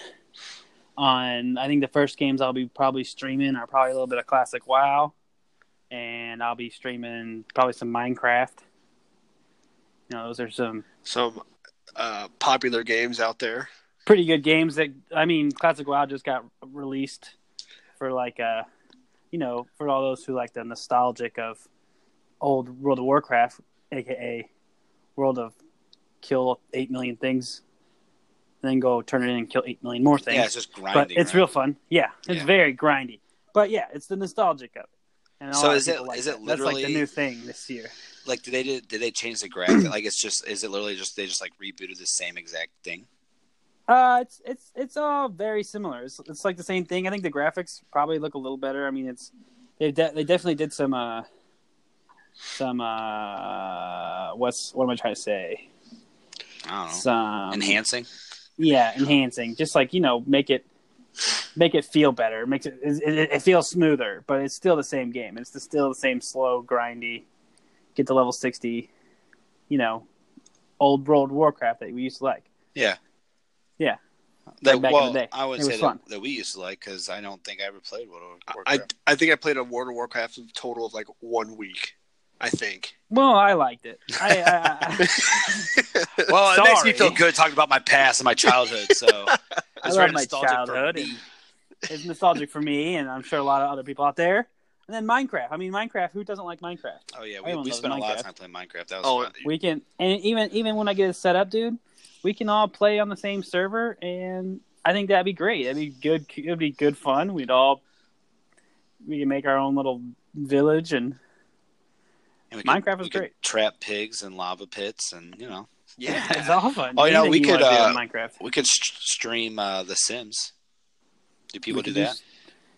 [SPEAKER 2] on. I think the first games I'll be probably streaming are probably a little bit of classic WoW, and I'll be streaming probably some Minecraft. You know, those are some
[SPEAKER 3] Some uh, popular games out there.
[SPEAKER 2] pretty good games that I mean Classic WoW just got released for like uh you know, for all those who like the nostalgic of old World of Warcraft, aka World of Kill eight million things, and then go turn it in and kill eight million more things.
[SPEAKER 1] Yeah, it's just grinding.
[SPEAKER 2] but it's
[SPEAKER 1] right?
[SPEAKER 2] real fun. Yeah. It's
[SPEAKER 1] Yeah.
[SPEAKER 2] very grindy. But yeah, it's the nostalgic of it. And a
[SPEAKER 1] So
[SPEAKER 2] lot of
[SPEAKER 1] is it-
[SPEAKER 2] people like
[SPEAKER 1] is it
[SPEAKER 2] that. That's like the
[SPEAKER 1] literally-
[SPEAKER 2] new thing this year.
[SPEAKER 1] like did they did they change the graphic? like it's just is it literally just they just like rebooted the same exact thing?
[SPEAKER 2] Uh, it's it's it's all very similar. It's, it's like the same thing. I think the graphics probably look a little better. I mean, it's they de- they definitely did some uh some uh what's what am I trying to say?
[SPEAKER 1] I don't know.
[SPEAKER 2] Some
[SPEAKER 1] Enhancing.
[SPEAKER 2] yeah, enhancing. Just like you know, make it make it feel better. Makes it it, it it feels smoother, but it's still the same game. It's the, still the same slow grindy. Get to level sixty. You know, old World of Warcraft that we used to like.
[SPEAKER 1] Yeah.
[SPEAKER 2] Yeah.
[SPEAKER 1] That,
[SPEAKER 2] Like back in
[SPEAKER 1] well,
[SPEAKER 2] the day.
[SPEAKER 1] I would
[SPEAKER 2] It
[SPEAKER 1] say
[SPEAKER 2] was
[SPEAKER 1] that,
[SPEAKER 2] fun.
[SPEAKER 1] that we used to like because I don't think I ever played World of
[SPEAKER 3] I
[SPEAKER 1] Warcraft.
[SPEAKER 3] I think I played a World of Warcraft a total of like one week. I think.
[SPEAKER 2] Well, I liked it. I, I, I
[SPEAKER 1] well, it makes me
[SPEAKER 2] Sorry.
[SPEAKER 1] feel good talking about my past and my childhood. So
[SPEAKER 2] I
[SPEAKER 1] it's
[SPEAKER 2] love
[SPEAKER 1] very
[SPEAKER 2] my
[SPEAKER 1] nostalgic for
[SPEAKER 2] childhood.
[SPEAKER 1] me.
[SPEAKER 2] And it's nostalgic for me, and I'm sure a lot of other people out there. And then Minecraft. I mean, Minecraft. Who doesn't like Minecraft?
[SPEAKER 1] Oh yeah, we,
[SPEAKER 2] Everyone
[SPEAKER 1] we
[SPEAKER 2] loves
[SPEAKER 1] spent a lot of time
[SPEAKER 2] Minecraft.
[SPEAKER 1] playing Minecraft. That was
[SPEAKER 3] oh,
[SPEAKER 1] fun.
[SPEAKER 2] We can, and even even when I get it set up, dude, we can all play on the same server, and I think that'd be great. That'd be good. It'd be good fun. We'd all we can make our own little village, and
[SPEAKER 1] And we
[SPEAKER 2] Minecraft was
[SPEAKER 1] we could
[SPEAKER 2] great.
[SPEAKER 1] Trap pigs and lava pits, and you know
[SPEAKER 2] it's all fun.
[SPEAKER 1] Oh, you know, we
[SPEAKER 2] Anything
[SPEAKER 1] could,
[SPEAKER 2] wanna do
[SPEAKER 1] uh,
[SPEAKER 2] in Minecraft.
[SPEAKER 1] we could st- stream uh, The Sims. Do people
[SPEAKER 2] We
[SPEAKER 1] do
[SPEAKER 2] could
[SPEAKER 1] that?
[SPEAKER 2] s-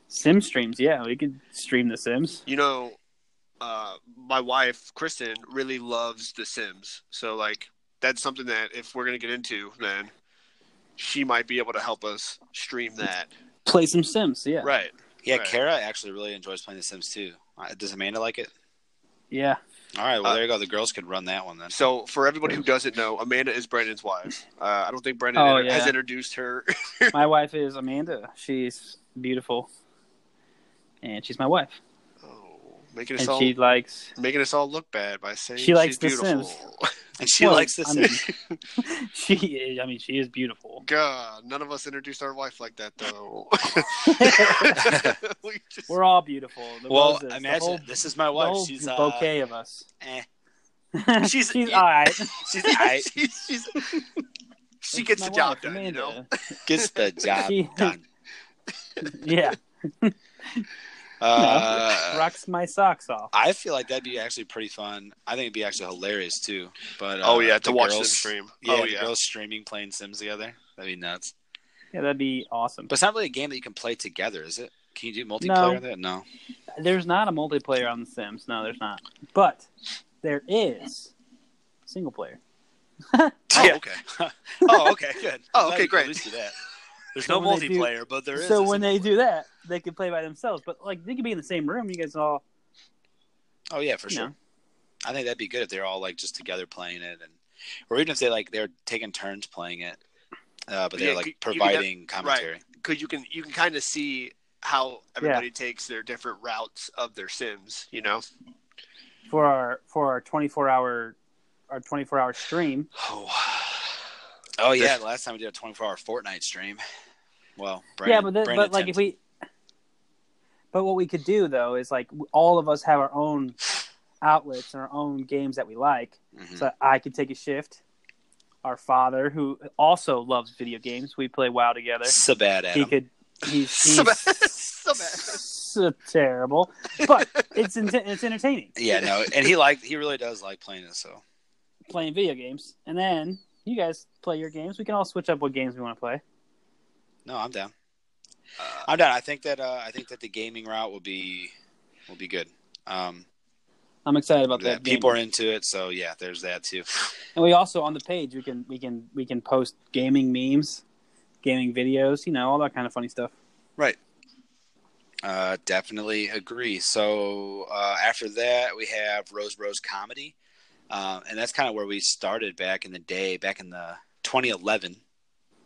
[SPEAKER 2] Sim streams, yeah, we could stream The Sims.
[SPEAKER 3] You know, uh, my wife Kristen really loves The Sims, so like that's something that if we're gonna get into, then she might be able to help us stream that.
[SPEAKER 2] Play some Sims, yeah,
[SPEAKER 3] Right.
[SPEAKER 1] Yeah,
[SPEAKER 3] Right.
[SPEAKER 1] Kara actually really enjoys playing The Sims too. Uh, Does Amanda like it?
[SPEAKER 2] yeah.
[SPEAKER 1] All right, well
[SPEAKER 3] Uh,
[SPEAKER 1] there you go. The girls could run that one then.
[SPEAKER 3] So for everybody who doesn't know, Amanda is Brandon's wife. Uh, I don't think Brandon
[SPEAKER 2] Oh,
[SPEAKER 3] has
[SPEAKER 2] yeah.
[SPEAKER 3] introduced her.
[SPEAKER 2] my wife is Amanda. She's beautiful, and she's my wife,
[SPEAKER 3] oh, making us
[SPEAKER 2] and
[SPEAKER 3] all
[SPEAKER 2] she likes.
[SPEAKER 3] making us all look bad by saying
[SPEAKER 2] She likes
[SPEAKER 3] she's
[SPEAKER 2] The
[SPEAKER 3] beautiful.
[SPEAKER 1] And she
[SPEAKER 2] Well,
[SPEAKER 1] likes The
[SPEAKER 2] I
[SPEAKER 1] Sims.
[SPEAKER 2] mean, she, is, I mean, she is beautiful.
[SPEAKER 3] God, none of us introduced our wife like that though. we just,
[SPEAKER 2] We're all beautiful. The
[SPEAKER 1] well,
[SPEAKER 2] roses,
[SPEAKER 1] imagine
[SPEAKER 2] the whole,
[SPEAKER 1] this is my
[SPEAKER 2] the
[SPEAKER 1] wife.
[SPEAKER 2] whole
[SPEAKER 1] She's uh,
[SPEAKER 2] bouquet of us.
[SPEAKER 1] eh. She's-
[SPEAKER 2] she's she's all right.
[SPEAKER 1] She's I
[SPEAKER 3] she's, she's, she gets the job done, you know.
[SPEAKER 1] gets the job
[SPEAKER 2] She-
[SPEAKER 1] done.
[SPEAKER 2] Yeah,
[SPEAKER 1] Uh,
[SPEAKER 2] rocks my socks off.
[SPEAKER 1] I feel like that'd be actually pretty fun. I think it'd be actually hilarious too. But uh,
[SPEAKER 3] oh yeah, to
[SPEAKER 1] the
[SPEAKER 3] watch them
[SPEAKER 1] girls,
[SPEAKER 3] stream.
[SPEAKER 1] Yeah,
[SPEAKER 3] oh
[SPEAKER 1] the
[SPEAKER 3] yeah.
[SPEAKER 1] girls streaming playing Sims together. That'd be nuts.
[SPEAKER 2] Yeah, that'd be awesome.
[SPEAKER 1] But it's not really a game that you can play together, is it? Can you do multiplayer with it? No.
[SPEAKER 2] There's not a multiplayer on The Sims. No, there's not. But there is single player.
[SPEAKER 3] Oh,
[SPEAKER 1] Yeah.
[SPEAKER 3] okay.
[SPEAKER 1] oh, okay, good.
[SPEAKER 3] Oh,
[SPEAKER 1] I'm glad
[SPEAKER 3] okay,
[SPEAKER 1] you can
[SPEAKER 3] great.
[SPEAKER 1] At least do that. There's
[SPEAKER 2] So
[SPEAKER 1] no
[SPEAKER 2] when they do-
[SPEAKER 1] multiplayer, but there is. a
[SPEAKER 2] so when
[SPEAKER 1] single
[SPEAKER 2] they
[SPEAKER 1] player.
[SPEAKER 2] do that, they could play by themselves. But like they could be in the same room. You guys all
[SPEAKER 1] oh yeah, for
[SPEAKER 2] you
[SPEAKER 1] sure.
[SPEAKER 2] know.
[SPEAKER 1] I think that'd be good if they're all like just together playing it, and or even if they like they're taking turns playing it, uh, but
[SPEAKER 3] Yeah,
[SPEAKER 1] they're
[SPEAKER 3] you
[SPEAKER 1] like
[SPEAKER 3] could have-
[SPEAKER 1] providing commentary.
[SPEAKER 3] Cause you can you can kind of see how everybody takes their different routes of their Sims, you know.
[SPEAKER 2] for our for our twenty four hour our twenty four hour stream.
[SPEAKER 1] Oh, oh yeah. the Last time we did a 24 hour Fortnite stream. Well, Brandon,
[SPEAKER 2] yeah, but the,
[SPEAKER 1] Brandon
[SPEAKER 2] but like if
[SPEAKER 1] attempted-
[SPEAKER 2] we. But what we could do though is like all of us have our own outlets and our own games that we like.
[SPEAKER 1] Mhm.
[SPEAKER 2] So I could take a shift. Our father, who also loves video games, we play WoW together.
[SPEAKER 1] Sabat
[SPEAKER 2] He
[SPEAKER 1] Adam.
[SPEAKER 2] could. He's,
[SPEAKER 3] So bad.
[SPEAKER 2] he's
[SPEAKER 3] So bad.
[SPEAKER 2] so terrible, but it's ent- it's entertaining
[SPEAKER 1] Yeah, no, and he liked he really does like playing it. So
[SPEAKER 2] playing video games. And then you guys play your games. We can all switch up what games we want to play.
[SPEAKER 1] no, I'm down.
[SPEAKER 3] Uh,
[SPEAKER 1] I'm down. I think that uh, I think that the gaming route will be will be good. Um,
[SPEAKER 2] I'm excited about
[SPEAKER 1] yeah,
[SPEAKER 2] that. game.
[SPEAKER 1] people are into it, so yeah, there's that too.
[SPEAKER 2] and we also on the page we can we can we can post gaming memes, gaming videos, you know, all that kind of funny stuff.
[SPEAKER 1] Uh, definitely agree. So uh, after that, we have Rose Rose Comedy, um, and that's kind of where we started back in the day, back in the 2011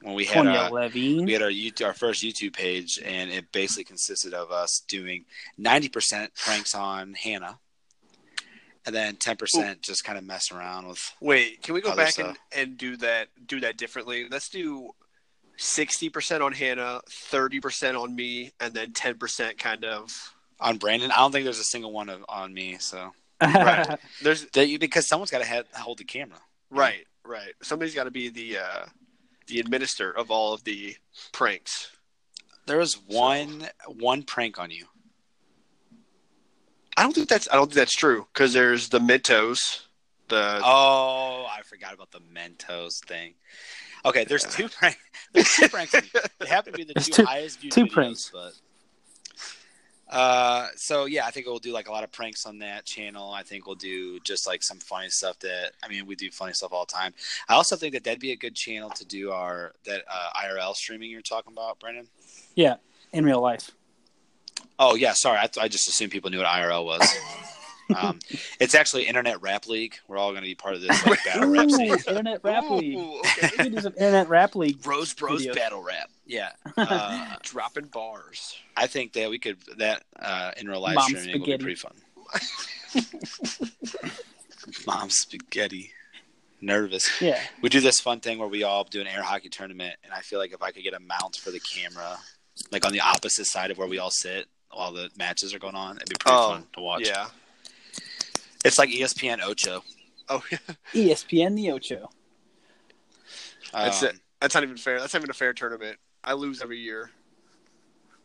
[SPEAKER 1] when we had uh,
[SPEAKER 2] 2011.
[SPEAKER 1] we had our YouTube, our first YouTube page, and it basically consisted of us doing 90% pranks on Hannah, and then 10% just kind of mess around with.
[SPEAKER 3] Wait, can we go
[SPEAKER 1] Other
[SPEAKER 3] back
[SPEAKER 1] stuff.
[SPEAKER 3] and, and do that do that differently? Let's do sixty percent on Hannah, thirty percent on me, and then ten percent kind of
[SPEAKER 1] On Brandon, I don't think there's a single one of, on me. So
[SPEAKER 3] right. There's
[SPEAKER 1] that you, because someone's got to hold the camera.
[SPEAKER 3] right, right. Somebody's gotta be the uh the administer of all of the pranks.
[SPEAKER 1] There was one one prank on you.
[SPEAKER 3] I don't think that's I don't think that's true because there's the Mentos, the
[SPEAKER 1] Oh, I forgot about the Mentos thing. Okay, there's two pranks. There's two pranks. They happen to be the
[SPEAKER 2] There's
[SPEAKER 1] two,
[SPEAKER 2] two-
[SPEAKER 1] highest viewed
[SPEAKER 2] two
[SPEAKER 1] videos,
[SPEAKER 2] pranks.
[SPEAKER 1] But uh, so yeah, I think we'll do like a lot of pranks on that channel. I think we'll do just like some funny stuff that I mean we do funny stuff all the time. I also think that that'd be a good channel to do our that uh, IRL streaming you're talking about, Brendan.
[SPEAKER 2] in real life.
[SPEAKER 1] Oh yeah, sorry. I, I just assumed people knew what IRL was. um, it's actually Internet Rap League. We're all going to be part of this like, battle rap
[SPEAKER 2] Ooh,
[SPEAKER 1] scene.
[SPEAKER 2] Internet Rap League.
[SPEAKER 3] Ooh, okay.
[SPEAKER 2] We could do some Internet Rap League.
[SPEAKER 1] Rose Bros
[SPEAKER 2] Video.
[SPEAKER 1] battle rap. Yeah, uh,
[SPEAKER 3] dropping bars.
[SPEAKER 1] I think that we could that uh, in real life
[SPEAKER 2] Mom
[SPEAKER 1] streaming would be
[SPEAKER 2] spaghetti.
[SPEAKER 1] pretty fun. Mom spaghetti, nervous.
[SPEAKER 2] Yeah.
[SPEAKER 1] We do this fun thing where we all do an air hockey tournament, and I feel like if I could get a mount for the camera, like on the opposite side of where we all sit while the matches are going on, it'd be pretty
[SPEAKER 3] Oh,
[SPEAKER 1] fun to watch.
[SPEAKER 3] Yeah.
[SPEAKER 1] It's like E ESPN Ocho.
[SPEAKER 3] Oh yeah.
[SPEAKER 2] E ESPN the Ocho.
[SPEAKER 1] Um,
[SPEAKER 3] That's it. That's not even fair. That's not even a fair tournament. I lose every year.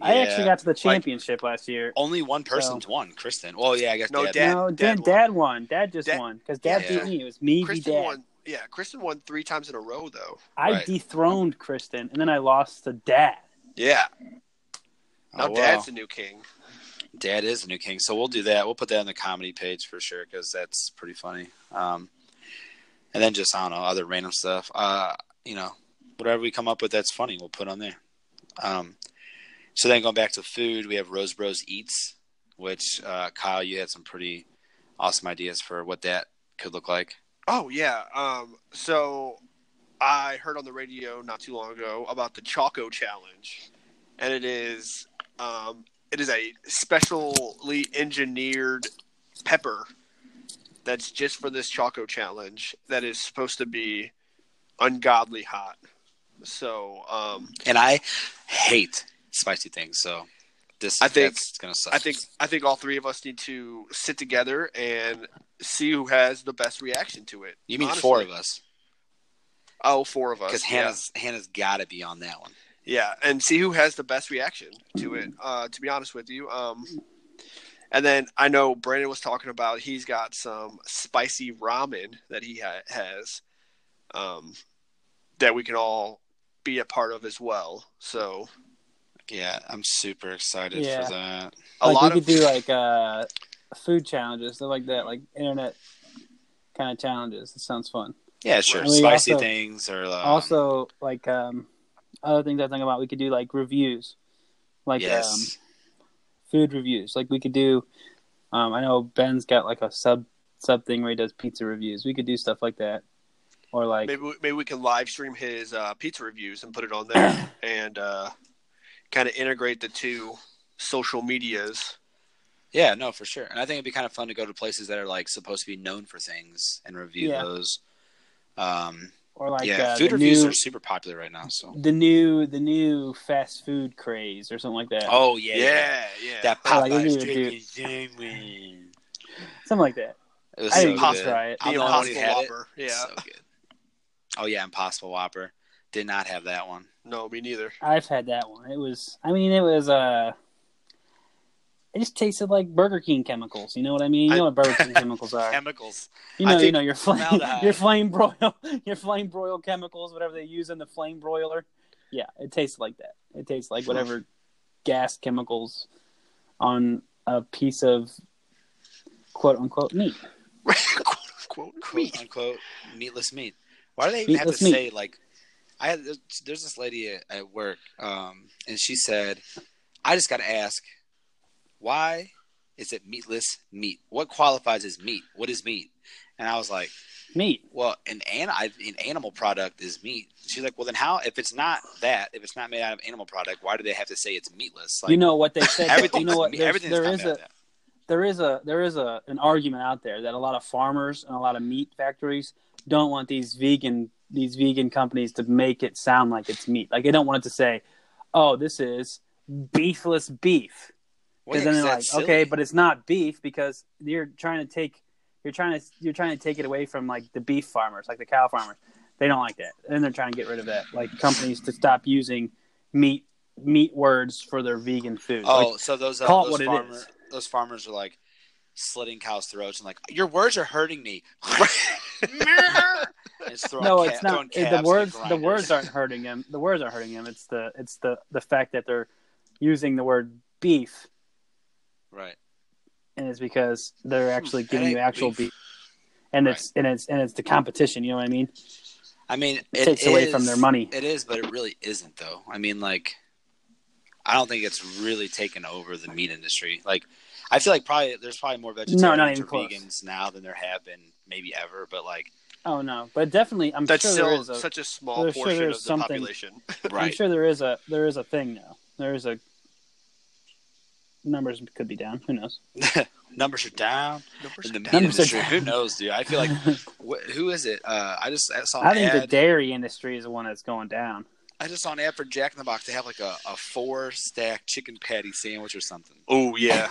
[SPEAKER 2] I
[SPEAKER 1] yeah.
[SPEAKER 2] actually got to the championship last year.
[SPEAKER 1] only one person won. Kristen. Well, yeah, I guess
[SPEAKER 3] No,
[SPEAKER 1] Dad-
[SPEAKER 3] Dad-
[SPEAKER 2] no,
[SPEAKER 3] Dad
[SPEAKER 2] Dad,
[SPEAKER 3] won.
[SPEAKER 2] Dad won. Dad just
[SPEAKER 3] Dad-
[SPEAKER 2] won because Dad
[SPEAKER 1] Yeah.
[SPEAKER 2] beat me. It was me v
[SPEAKER 3] Kristen
[SPEAKER 2] Dad.
[SPEAKER 3] won. Yeah, Kristen won three times in a row though.
[SPEAKER 2] I
[SPEAKER 1] Right.
[SPEAKER 2] dethroned Kristen, and then I lost to Dad.
[SPEAKER 3] Yeah. Now
[SPEAKER 1] Oh, wow.
[SPEAKER 3] Dad's the new king.
[SPEAKER 1] Dad is the new king, so we'll do that. We'll put that on the comedy page for sure because that's pretty funny. Um, and then just I don't know other random stuff. Uh, you know, whatever we come up with that's funny, we'll put on there. Um, so then going back to food, we have Rose Bros Eats, which uh, Kyle, you had some pretty awesome ideas for what that could look like.
[SPEAKER 3] Oh yeah. Um, so I heard on the radio not too long ago about the Choco Challenge, and it is um, it is a specially engineered pepper that's just for this Choco Challenge that is supposed to be ungodly hot. So um,
[SPEAKER 1] And I hate spicy things, so this
[SPEAKER 3] I think-
[SPEAKER 1] that's gonna suck.
[SPEAKER 3] I think I think all three of us need to sit together and see who has the best reaction to it.
[SPEAKER 1] you mean four
[SPEAKER 3] honestly.
[SPEAKER 1] of us
[SPEAKER 3] Oh, four of us.
[SPEAKER 1] because
[SPEAKER 3] yeah.
[SPEAKER 1] Hannah's Hannah's got to be on that one.
[SPEAKER 3] Yeah, and see who has the best reaction to it. Uh, to be honest with you, um, and then I know Brandon was talking about he's got some spicy ramen that he ha- has, um, that we can all be a part of as well. So
[SPEAKER 1] Yeah, I'm super excited
[SPEAKER 2] Yeah.
[SPEAKER 1] for that.
[SPEAKER 3] a
[SPEAKER 2] like
[SPEAKER 3] lot
[SPEAKER 2] we
[SPEAKER 3] of
[SPEAKER 2] could do like uh, food challenges, stuff like that, like internet kind of challenges. It sounds fun.
[SPEAKER 1] Yeah, sure.
[SPEAKER 2] And we
[SPEAKER 1] Spicy
[SPEAKER 2] also-
[SPEAKER 1] things or um,
[SPEAKER 2] also, like um, other things I think about, we could do like reviews, like um,
[SPEAKER 1] yes,
[SPEAKER 2] food reviews. Like we could do. Um, I know Ben's got like a sub sub thing where he does pizza reviews. We could do stuff like that, or like
[SPEAKER 3] maybe we, maybe we can live stream his uh, pizza reviews and put it on there, and uh, kind of integrate the two social medias.
[SPEAKER 1] yeah, no, for sure. And I think it'd be kind of fun to go to places that are like supposed to be known for things and review
[SPEAKER 2] Yeah.
[SPEAKER 1] those. Um,
[SPEAKER 2] or like
[SPEAKER 1] yeah,
[SPEAKER 2] uh,
[SPEAKER 1] food
[SPEAKER 2] the
[SPEAKER 1] reviews
[SPEAKER 2] new
[SPEAKER 1] are super popular right now. So,
[SPEAKER 2] the new the new fast food craze or something like that.
[SPEAKER 1] oh yeah,
[SPEAKER 3] yeah.
[SPEAKER 1] that
[SPEAKER 2] I like
[SPEAKER 1] Popeye's
[SPEAKER 2] it, dude.
[SPEAKER 1] chicken sandwich.
[SPEAKER 2] Something like that.
[SPEAKER 1] It was
[SPEAKER 2] I
[SPEAKER 1] so
[SPEAKER 2] didn't
[SPEAKER 1] good.
[SPEAKER 2] try it.
[SPEAKER 1] I'm
[SPEAKER 3] the
[SPEAKER 1] the only one who
[SPEAKER 3] Impossible
[SPEAKER 1] had it.
[SPEAKER 3] Whopper. Yeah.
[SPEAKER 1] So good. Oh yeah, Impossible Whopper. Did not have that one.
[SPEAKER 3] No, me neither.
[SPEAKER 2] I've had that one. It was I mean it was uh it just tasted like Burger King chemicals. You know what I mean? You
[SPEAKER 3] I-
[SPEAKER 2] know what Burger King chemicals are.
[SPEAKER 1] Chemicals.
[SPEAKER 2] You
[SPEAKER 3] I
[SPEAKER 2] know, you
[SPEAKER 3] think
[SPEAKER 2] know your flame,
[SPEAKER 1] formaldehyde.
[SPEAKER 2] your flame broil, your flame broil chemicals, whatever they use in the flame broiler. Yeah, it tastes like that. It tastes like whatever gas chemicals on a piece of quote unquote meat.
[SPEAKER 3] quote unquote
[SPEAKER 1] quote unquote meatless meat. Why do they even have
[SPEAKER 2] Meatless
[SPEAKER 1] to
[SPEAKER 2] meat.
[SPEAKER 1] say like? I had there's this lady at, at work, um, and she said, "I just got to ask, why is it meatless meat? What qualifies as meat? What is meat?" And I was like,
[SPEAKER 2] Meat.
[SPEAKER 1] "Well, an an, I- an animal product is meat." She's like, "Well, then how? If it's not that, if it's not made out of animal product, why do they have to say it's meatless?" Like
[SPEAKER 2] you know what they say.
[SPEAKER 1] everything.
[SPEAKER 2] you know what? There's-
[SPEAKER 1] Everything
[SPEAKER 2] There is a
[SPEAKER 1] that.
[SPEAKER 2] there is a there is a an argument out there that a lot of farmers and a lot of meat factories don't want these vegan these vegan companies to make it sound like it's meat. Like they don't want it to say, "Oh, this is beefless beef."
[SPEAKER 1] Well, yeah, 'cause
[SPEAKER 2] Because then they're like,
[SPEAKER 1] that's
[SPEAKER 2] "Okay,
[SPEAKER 1] silly.
[SPEAKER 2] but it's not beef because you're trying to take you're trying to you're trying to take it away from like the beef farmers, like the cow farmers. They don't like that, and they're trying to get rid of that. Like companies to stop using meat meat words for their vegan food. Like,
[SPEAKER 1] Oh, so those uh,
[SPEAKER 2] call it
[SPEAKER 1] those,
[SPEAKER 2] what it
[SPEAKER 1] farmer,
[SPEAKER 2] is.
[SPEAKER 1] those farmers are like slitting cows' throats and like your words are hurting me. And it's throwing
[SPEAKER 2] no,
[SPEAKER 1] ca-
[SPEAKER 2] it's not.
[SPEAKER 1] throwing
[SPEAKER 2] it-
[SPEAKER 1] calves
[SPEAKER 2] the
[SPEAKER 1] and
[SPEAKER 2] words, the
[SPEAKER 1] grinders.
[SPEAKER 2] words aren't hurting him. The words aren't hurting him. It's the, it's the, the fact that they're using the word beef,
[SPEAKER 1] right.
[SPEAKER 2] and it's because they're actually
[SPEAKER 1] that
[SPEAKER 2] giving you
[SPEAKER 1] ain't
[SPEAKER 2] actual beef,
[SPEAKER 1] beef.
[SPEAKER 2] and it's and it's and it's the competition. You know what I mean?
[SPEAKER 1] I mean,
[SPEAKER 2] It, takes away from
[SPEAKER 1] is-
[SPEAKER 2] their money.
[SPEAKER 1] It is, but it really isn't though. I mean, like, I don't think it's really taken over the meat industry. Like, I feel like probably there's probably more vegetarians
[SPEAKER 2] No, not even
[SPEAKER 1] or
[SPEAKER 2] close.
[SPEAKER 1] vegans now than there have been maybe ever. But like,
[SPEAKER 2] Oh no, but definitely, I'm
[SPEAKER 3] That's
[SPEAKER 2] sure there
[SPEAKER 3] still
[SPEAKER 2] is a,
[SPEAKER 3] such a small
[SPEAKER 2] there's sure
[SPEAKER 3] portion
[SPEAKER 2] there's
[SPEAKER 3] of the
[SPEAKER 2] something-
[SPEAKER 3] population.
[SPEAKER 2] am
[SPEAKER 1] right?
[SPEAKER 2] sure there is a there is a thing now. There is a numbers could be down. Who knows?
[SPEAKER 1] Numbers are down in the meat
[SPEAKER 2] Numbers are
[SPEAKER 1] industry. Who
[SPEAKER 2] down.
[SPEAKER 1] knows, dude? I feel like wh- who is it? Uh, I just I saw. an
[SPEAKER 2] I think
[SPEAKER 1] ad.
[SPEAKER 2] the dairy industry is the one that's going down.
[SPEAKER 1] I just saw an ad for Jack in the Box. They have like a, a four stack chicken patty sandwich or something.
[SPEAKER 3] Oh yeah,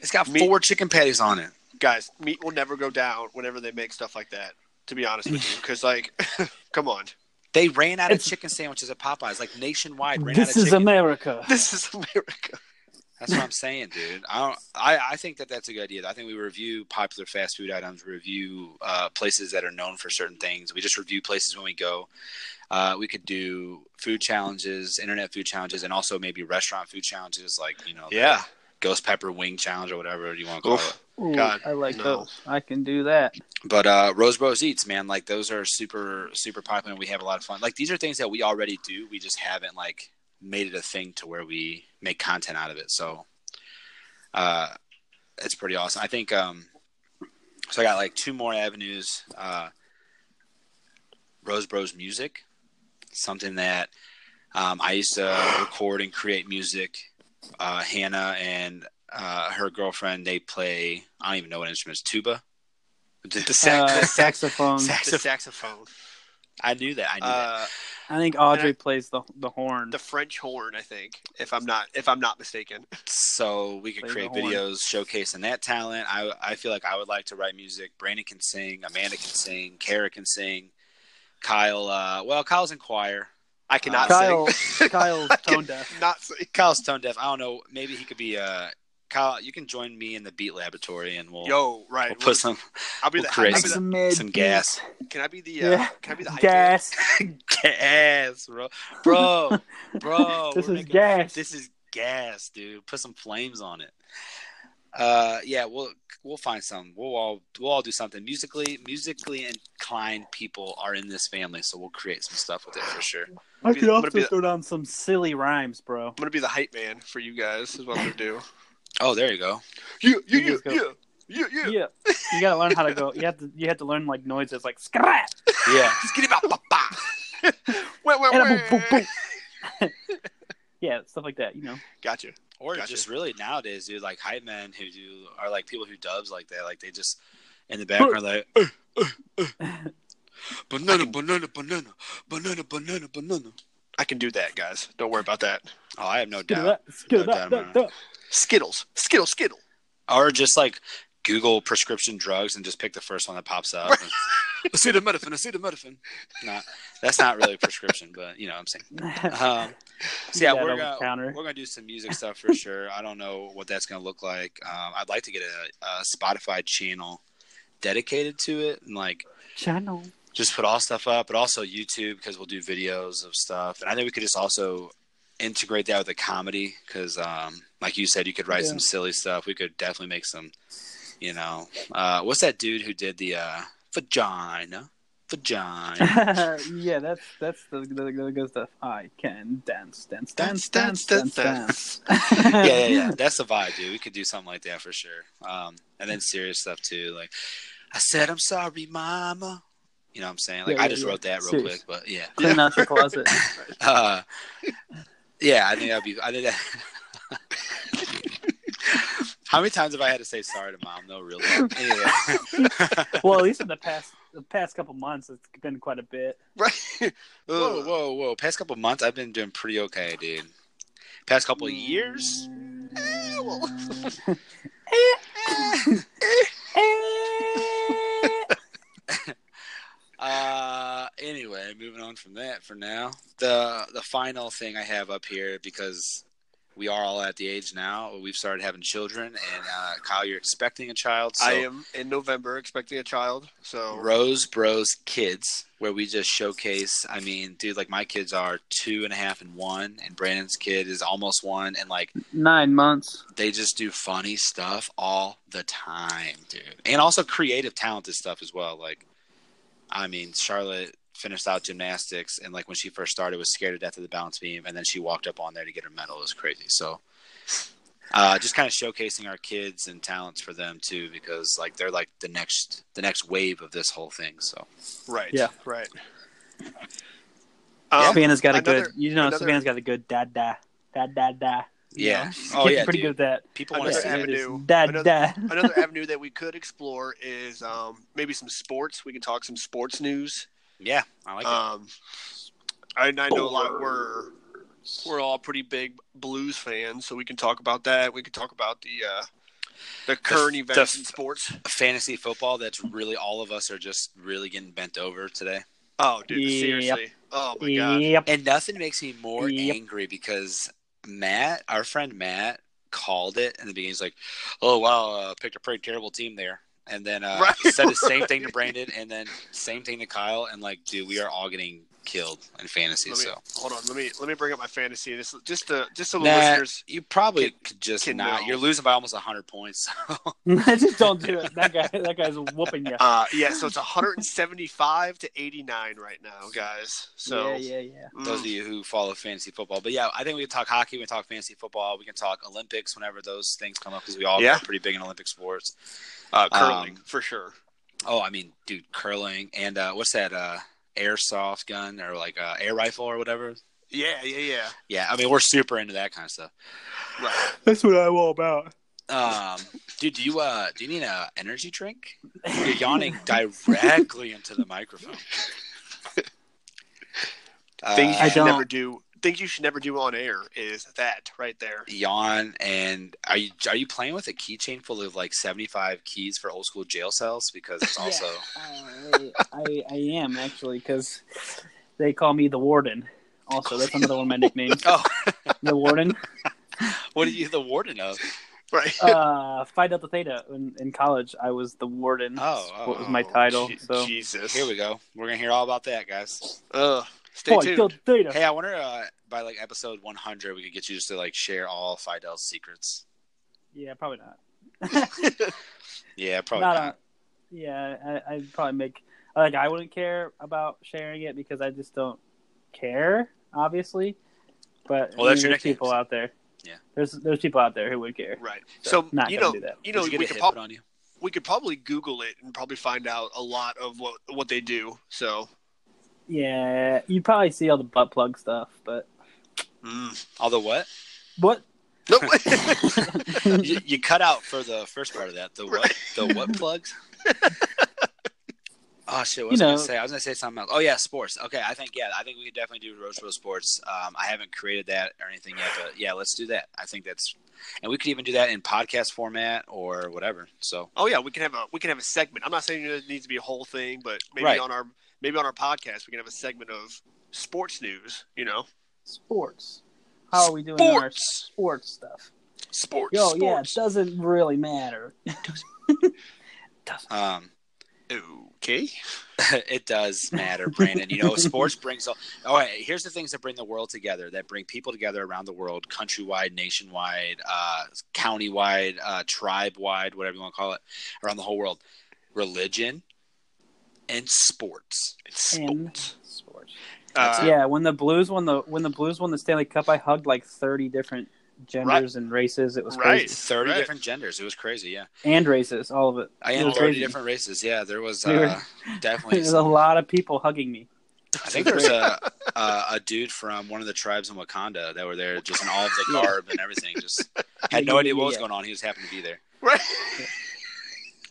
[SPEAKER 1] It's got
[SPEAKER 3] Me-
[SPEAKER 1] four chicken patties on it.
[SPEAKER 3] guys, meat will never go down whenever they make stuff like that. To be honest with you, because like, come on,
[SPEAKER 1] They ran out
[SPEAKER 2] It's-
[SPEAKER 1] of chicken sandwiches at Popeyes, like nationwide. Ran out
[SPEAKER 2] This
[SPEAKER 1] of
[SPEAKER 2] is
[SPEAKER 1] chicken.
[SPEAKER 2] America.
[SPEAKER 3] this is America.
[SPEAKER 1] That's what I'm saying, dude. I don't. I, I think that that's a good idea. I think we review popular fast food items, review uh, places that are known for certain things. We just review places when we go. Uh, we could do food challenges, internet food challenges, and also maybe restaurant food challenges, like you know, the
[SPEAKER 3] Yeah.
[SPEAKER 1] ghost pepper wing challenge or whatever you want to call
[SPEAKER 3] Oof.
[SPEAKER 1] it.
[SPEAKER 2] Ooh,
[SPEAKER 3] God,
[SPEAKER 2] I like
[SPEAKER 3] no.
[SPEAKER 2] those. I can do that.
[SPEAKER 1] But uh, Rose Bros Eats, man, like those are super super popular. and We have a lot of fun. Like these are things that we already do. We just haven't like made it a thing to where we make content out of it. So uh, it's pretty awesome. I think um, so. I got like two more avenues. Uh, Rose Bros music, something that um, I used to record and create music. Uh, Hannah and uh, her girlfriend they play. I don't even know what instrument it's tuba.
[SPEAKER 3] The, sax-
[SPEAKER 2] Uh,
[SPEAKER 3] the sax-
[SPEAKER 2] saxophone.
[SPEAKER 3] the saxophone.
[SPEAKER 1] I knew that. I knew that.
[SPEAKER 3] Uh,
[SPEAKER 2] I think Audrey plays the the horn.
[SPEAKER 3] the French horn, I think, if I'm not if I'm not mistaken.
[SPEAKER 1] So we could
[SPEAKER 2] Play the
[SPEAKER 1] create
[SPEAKER 2] horn.
[SPEAKER 1] videos showcasing that talent. I I feel like I would like to write music. Brandon can sing. Amanda can sing. Kara can sing. Kyle, uh, well, Kyle's in choir.
[SPEAKER 3] I cannot
[SPEAKER 2] Uh,
[SPEAKER 1] Uh,
[SPEAKER 2] Kyle,
[SPEAKER 3] sing.
[SPEAKER 2] Kyle's tone deaf.
[SPEAKER 3] Not sing.
[SPEAKER 1] Kyle's tone deaf. I don't know. Maybe he could be. Uh, Kyle, you can join me in the beat laboratory, and we'll,
[SPEAKER 3] Yo, right.
[SPEAKER 1] we'll put some
[SPEAKER 3] I'll be
[SPEAKER 1] we'll
[SPEAKER 3] the, I'll
[SPEAKER 1] create
[SPEAKER 3] be the-
[SPEAKER 1] some gas.
[SPEAKER 3] Can I be the? Uh,
[SPEAKER 2] Yeah.
[SPEAKER 3] Can I be the? hype man?
[SPEAKER 2] Gas.
[SPEAKER 1] gas, bro, bro, bro.
[SPEAKER 2] this
[SPEAKER 1] Oh, we're
[SPEAKER 2] is
[SPEAKER 1] making-
[SPEAKER 2] gas.
[SPEAKER 1] This is gas, dude. Put some flames on it. Uh, yeah, we'll we'll find some. We'll all we'll all do something musically. Musically inclined people are in this family, so we'll create some stuff with it for sure.
[SPEAKER 2] I
[SPEAKER 3] I'm
[SPEAKER 2] could
[SPEAKER 3] gonna
[SPEAKER 2] also
[SPEAKER 3] be the-
[SPEAKER 2] throw down some silly rhymes, bro.
[SPEAKER 3] I'm gonna be the hype man for you guys. Is what I'm gonna do.
[SPEAKER 1] Oh, there you go.
[SPEAKER 3] You, you,
[SPEAKER 2] You
[SPEAKER 3] you,
[SPEAKER 2] just go-
[SPEAKER 3] you, you, you.
[SPEAKER 2] Yeah, you gotta learn how to go. You have to. You have to learn like noises, like scrap.
[SPEAKER 1] Yeah,
[SPEAKER 3] Just get him out, papa. Wait, wait,
[SPEAKER 2] And
[SPEAKER 3] wait.
[SPEAKER 2] a boom, boom, boom. yeah, stuff like that. You know.
[SPEAKER 3] Gotcha.
[SPEAKER 1] or
[SPEAKER 3] Gotcha.
[SPEAKER 1] just really nowadays, dude. Like hype men who do are like people who dubs like that. Like they just in the background like "Uh, uh, uh, banana, banana, banana, banana, banana, banana.
[SPEAKER 3] I can do that, guys. Don't worry about that.
[SPEAKER 1] Oh, I have no
[SPEAKER 2] Skid it
[SPEAKER 1] doubt.
[SPEAKER 2] up, skid it
[SPEAKER 1] No
[SPEAKER 2] up,
[SPEAKER 1] doubt about
[SPEAKER 2] duh, duh.
[SPEAKER 3] Skittles, Skittle, Skittle.
[SPEAKER 1] or just like Google prescription drugs and just pick the first one that pops up. acetaminophen, acetaminophen. Not, that's not really a prescription, but you know what I'm saying. Um, so yeah,
[SPEAKER 2] That
[SPEAKER 1] we're
[SPEAKER 2] over
[SPEAKER 1] gonna
[SPEAKER 2] the counter.
[SPEAKER 1] we're gonna do some music stuff for sure. I don't know what that's gonna look like. Um, I'd like to get a, a Spotify channel dedicated to it and like
[SPEAKER 2] Channel.
[SPEAKER 1] just put all stuff up, but also YouTube because we'll do videos of stuff. And I think we could just also integrate that with a comedy because, um, like you said, you could write
[SPEAKER 2] Yeah.
[SPEAKER 1] some silly stuff. We could definitely make some, you know, uh, what's that dude who did the uh, vagina? Vagina.
[SPEAKER 2] yeah, that's that's the, the, the good stuff. I can dance, dance, dance, dance, dance, dance.
[SPEAKER 1] yeah, yeah, yeah. That's the vibe, dude. We could do something like that for sure. Um, and then serious stuff too. Like, I said, I'm sorry, mama. You know what I'm saying? Like,
[SPEAKER 2] Yeah,
[SPEAKER 1] I
[SPEAKER 2] yeah,
[SPEAKER 1] just
[SPEAKER 2] yeah.
[SPEAKER 1] wrote that real quick,
[SPEAKER 2] Serious.
[SPEAKER 1] but yeah.
[SPEAKER 2] Clean out your closet.
[SPEAKER 1] Uh, yeah, I think that'd be. I think that. How many times have I had to say sorry to mom? No, really. Anyway,
[SPEAKER 2] well, at least in the past the past couple months, it's been quite a bit.
[SPEAKER 3] Right.
[SPEAKER 1] whoa, whoa, whoa! Past couple months, I've been doing pretty okay, dude. Past couple years,
[SPEAKER 3] Eh,
[SPEAKER 2] Mm.
[SPEAKER 1] Eh. Uh, anyway, moving on from that for now. The the final thing I have up here because we are all at the age now we've started having children, and uh, Kyle, you're expecting a child. So
[SPEAKER 3] I am in November expecting a child, so
[SPEAKER 1] Rose Bros Kids, where we just showcase. I mean, dude, like my kids are two and a half and one, and Brandon's kid is almost one, and like
[SPEAKER 2] Nine months.
[SPEAKER 1] they just do funny stuff all the time, dude. And also creative, talented stuff as well. Like, I mean, Charlotte finished out gymnastics, and like when she first started, was scared to death of the balance beam, and then she walked up on there to get her medal. It was crazy. So, uh, just kind of showcasing our kids and talents for them too, because like they're like the next the next wave of this whole thing. So,
[SPEAKER 3] right.
[SPEAKER 2] Yeah.
[SPEAKER 3] Right. Um,
[SPEAKER 2] Savannah's got a
[SPEAKER 3] another-
[SPEAKER 2] good. You know,
[SPEAKER 3] another-
[SPEAKER 2] Savannah's got a good da da da da da. You
[SPEAKER 1] yeah.
[SPEAKER 2] know,
[SPEAKER 1] Oh
[SPEAKER 2] Getting
[SPEAKER 1] yeah,
[SPEAKER 2] pretty
[SPEAKER 1] dude.
[SPEAKER 2] good at that.
[SPEAKER 1] People want to
[SPEAKER 3] Another
[SPEAKER 1] see.
[SPEAKER 3] avenue.
[SPEAKER 1] It.
[SPEAKER 2] Da
[SPEAKER 3] Another-
[SPEAKER 2] da.
[SPEAKER 3] another avenue that we could explore is um, maybe some sports. We can talk some sports news.
[SPEAKER 1] Yeah, I like it.
[SPEAKER 3] Um, I, I know a lot. We're we're all pretty big blues fans, so we can talk about that. We can talk about the uh, the current
[SPEAKER 1] the
[SPEAKER 3] events
[SPEAKER 1] f-
[SPEAKER 3] in sports.
[SPEAKER 1] Fantasy football. That's really all of us are just really getting bent over today.
[SPEAKER 3] Oh, dude,
[SPEAKER 2] Yep.
[SPEAKER 3] seriously. Oh my god.
[SPEAKER 2] Yep.
[SPEAKER 1] And nothing makes me more
[SPEAKER 2] Yep.
[SPEAKER 1] angry because Matt, our friend Matt, called it in the beginning. He's like, "Oh wow, uh, picked a pretty terrible team there," and then uh,
[SPEAKER 3] Right,
[SPEAKER 1] said the same thing to Brandon, and then same thing to Kyle, and like, dude, we are all getting killed in fantasy.
[SPEAKER 3] Let me,
[SPEAKER 1] so
[SPEAKER 3] Hold on, let me let me bring up my fantasy. This just the just so the
[SPEAKER 1] Nah.
[SPEAKER 3] listeners.
[SPEAKER 1] you probably
[SPEAKER 3] Can-
[SPEAKER 1] could just
[SPEAKER 3] can
[SPEAKER 1] not.
[SPEAKER 3] know.
[SPEAKER 1] You're losing by almost hundred points.
[SPEAKER 2] Just don't do it. That guy, that guy's whooping you.
[SPEAKER 3] Uh, yeah, so it's 175 to 89 right now, guys. So
[SPEAKER 2] yeah, yeah, yeah.
[SPEAKER 3] mm,
[SPEAKER 1] those of you who follow fantasy football. But yeah, I think we can talk hockey, we can talk fantasy football, we can talk Olympics whenever those things come up because we all
[SPEAKER 3] Yeah.
[SPEAKER 1] are pretty big in Olympic sports.
[SPEAKER 3] uh, curling
[SPEAKER 1] um,
[SPEAKER 3] for sure.
[SPEAKER 1] Oh, I mean, dude, curling and uh, what's that uh, airsoft gun or like uh, air rifle or whatever?
[SPEAKER 3] Yeah, yeah, yeah.
[SPEAKER 1] Yeah, I mean, we're super into that kind of stuff.
[SPEAKER 3] Right.
[SPEAKER 2] That's what I'm all about.
[SPEAKER 1] Um, dude, do you uh, do you need an energy drink? You're yawning directly into the microphone.
[SPEAKER 3] things you
[SPEAKER 2] I
[SPEAKER 1] Uh,
[SPEAKER 3] should
[SPEAKER 2] don't-
[SPEAKER 3] never do. Things you should never do on air is that right there.
[SPEAKER 1] yawn and are you are you playing with a keychain full of like 75 keys for old school jail cells because it's
[SPEAKER 2] Yeah.
[SPEAKER 1] also
[SPEAKER 2] I, I, I am actually because they call me the warden. Also, that's another one of my nicknames.
[SPEAKER 1] oh
[SPEAKER 2] The warden.
[SPEAKER 1] what are you the warden of
[SPEAKER 3] Right.
[SPEAKER 2] Uh, Phi Delta Theta in, in college, I was the warden.
[SPEAKER 1] Oh, oh,
[SPEAKER 2] what was my
[SPEAKER 3] Oh,
[SPEAKER 2] title?
[SPEAKER 3] Je-
[SPEAKER 2] so
[SPEAKER 3] Jesus.
[SPEAKER 1] here we Uh, go we're gonna hear all about that guys
[SPEAKER 3] Ugh, stay
[SPEAKER 2] Phi
[SPEAKER 3] tuned.
[SPEAKER 2] Delta Theta.
[SPEAKER 1] hey i wonder uh, by like episode 100 we could get you just to like share all fidel's secrets
[SPEAKER 2] Yeah, probably not.
[SPEAKER 1] yeah probably not,
[SPEAKER 2] a- yeah, I, I'd probably make like I wouldn't care about sharing it because I just don't care, obviously. But
[SPEAKER 1] Well, that's
[SPEAKER 2] I
[SPEAKER 1] your
[SPEAKER 2] mean, there's
[SPEAKER 1] nickname,
[SPEAKER 2] people
[SPEAKER 1] so-
[SPEAKER 2] out there.
[SPEAKER 1] Yeah.
[SPEAKER 2] there's there's people out there who would care.
[SPEAKER 3] Right.
[SPEAKER 2] So,
[SPEAKER 3] So
[SPEAKER 2] not
[SPEAKER 3] you
[SPEAKER 2] gonna
[SPEAKER 3] know,
[SPEAKER 2] do that.
[SPEAKER 3] you know,
[SPEAKER 1] Did
[SPEAKER 3] we
[SPEAKER 1] you get a
[SPEAKER 3] could
[SPEAKER 1] hit
[SPEAKER 3] pop,
[SPEAKER 1] put on you
[SPEAKER 3] we could probably Google it and probably find out a lot of what what they do. So
[SPEAKER 2] Yeah, you probably see all the butt plug stuff, but
[SPEAKER 1] although what
[SPEAKER 2] what?
[SPEAKER 3] nope.
[SPEAKER 1] you, you cut out for the first part of that the what
[SPEAKER 3] Right.
[SPEAKER 1] the what plugs oh shit what
[SPEAKER 2] You
[SPEAKER 1] was i
[SPEAKER 2] know.
[SPEAKER 1] gonna say i was gonna say something else oh yeah sports okay i think yeah i think we could definitely do roast roast sports um, i haven't created that or anything yet but yeah let's do that i think that's and we could even do that in podcast format or whatever so
[SPEAKER 3] oh yeah, we can have a we can have a segment. I'm not saying it needs to be a whole thing, but maybe
[SPEAKER 1] Right.
[SPEAKER 3] on our maybe on our podcast we can have a segment of sports news. You know,
[SPEAKER 2] Sports. How are we doing on our
[SPEAKER 3] sports,
[SPEAKER 2] sports stuff?
[SPEAKER 3] sports,
[SPEAKER 2] Yo, Oh, yeah, it
[SPEAKER 3] sports.
[SPEAKER 2] doesn't really matter. doesn't.
[SPEAKER 1] um,
[SPEAKER 3] Okay.
[SPEAKER 1] it does matter, Brandon. You know, sports brings all. All right, here's the things that bring the world together, that bring people together around the world, countrywide, nationwide, uh, countywide, uh, tribe-wide, whatever you want to call it, around the whole world. Religion and sports.
[SPEAKER 2] And sports.
[SPEAKER 3] Uh,
[SPEAKER 2] yeah, when the Blues won the when the Blues won the Stanley Cup, I hugged like thirty different genders and races. It was
[SPEAKER 3] Right.
[SPEAKER 2] crazy.
[SPEAKER 1] Thirty
[SPEAKER 3] Right.
[SPEAKER 1] different genders. It was crazy. Yeah,
[SPEAKER 2] and races, all of it.
[SPEAKER 1] I
[SPEAKER 2] It
[SPEAKER 1] am
[SPEAKER 2] was
[SPEAKER 1] thirty
[SPEAKER 2] crazy.
[SPEAKER 1] different races. Yeah, there was
[SPEAKER 2] We were-
[SPEAKER 1] uh, definitely.
[SPEAKER 2] There's a lot of people hugging me.
[SPEAKER 1] I think there was a, a a dude from one of the tribes in Wakanda that were there, just in all of the garb and everything. Just had no
[SPEAKER 2] Yeah,
[SPEAKER 1] idea what
[SPEAKER 2] yeah,
[SPEAKER 1] was
[SPEAKER 2] yeah.
[SPEAKER 1] going on. He just happened to be there.
[SPEAKER 3] Right.
[SPEAKER 2] He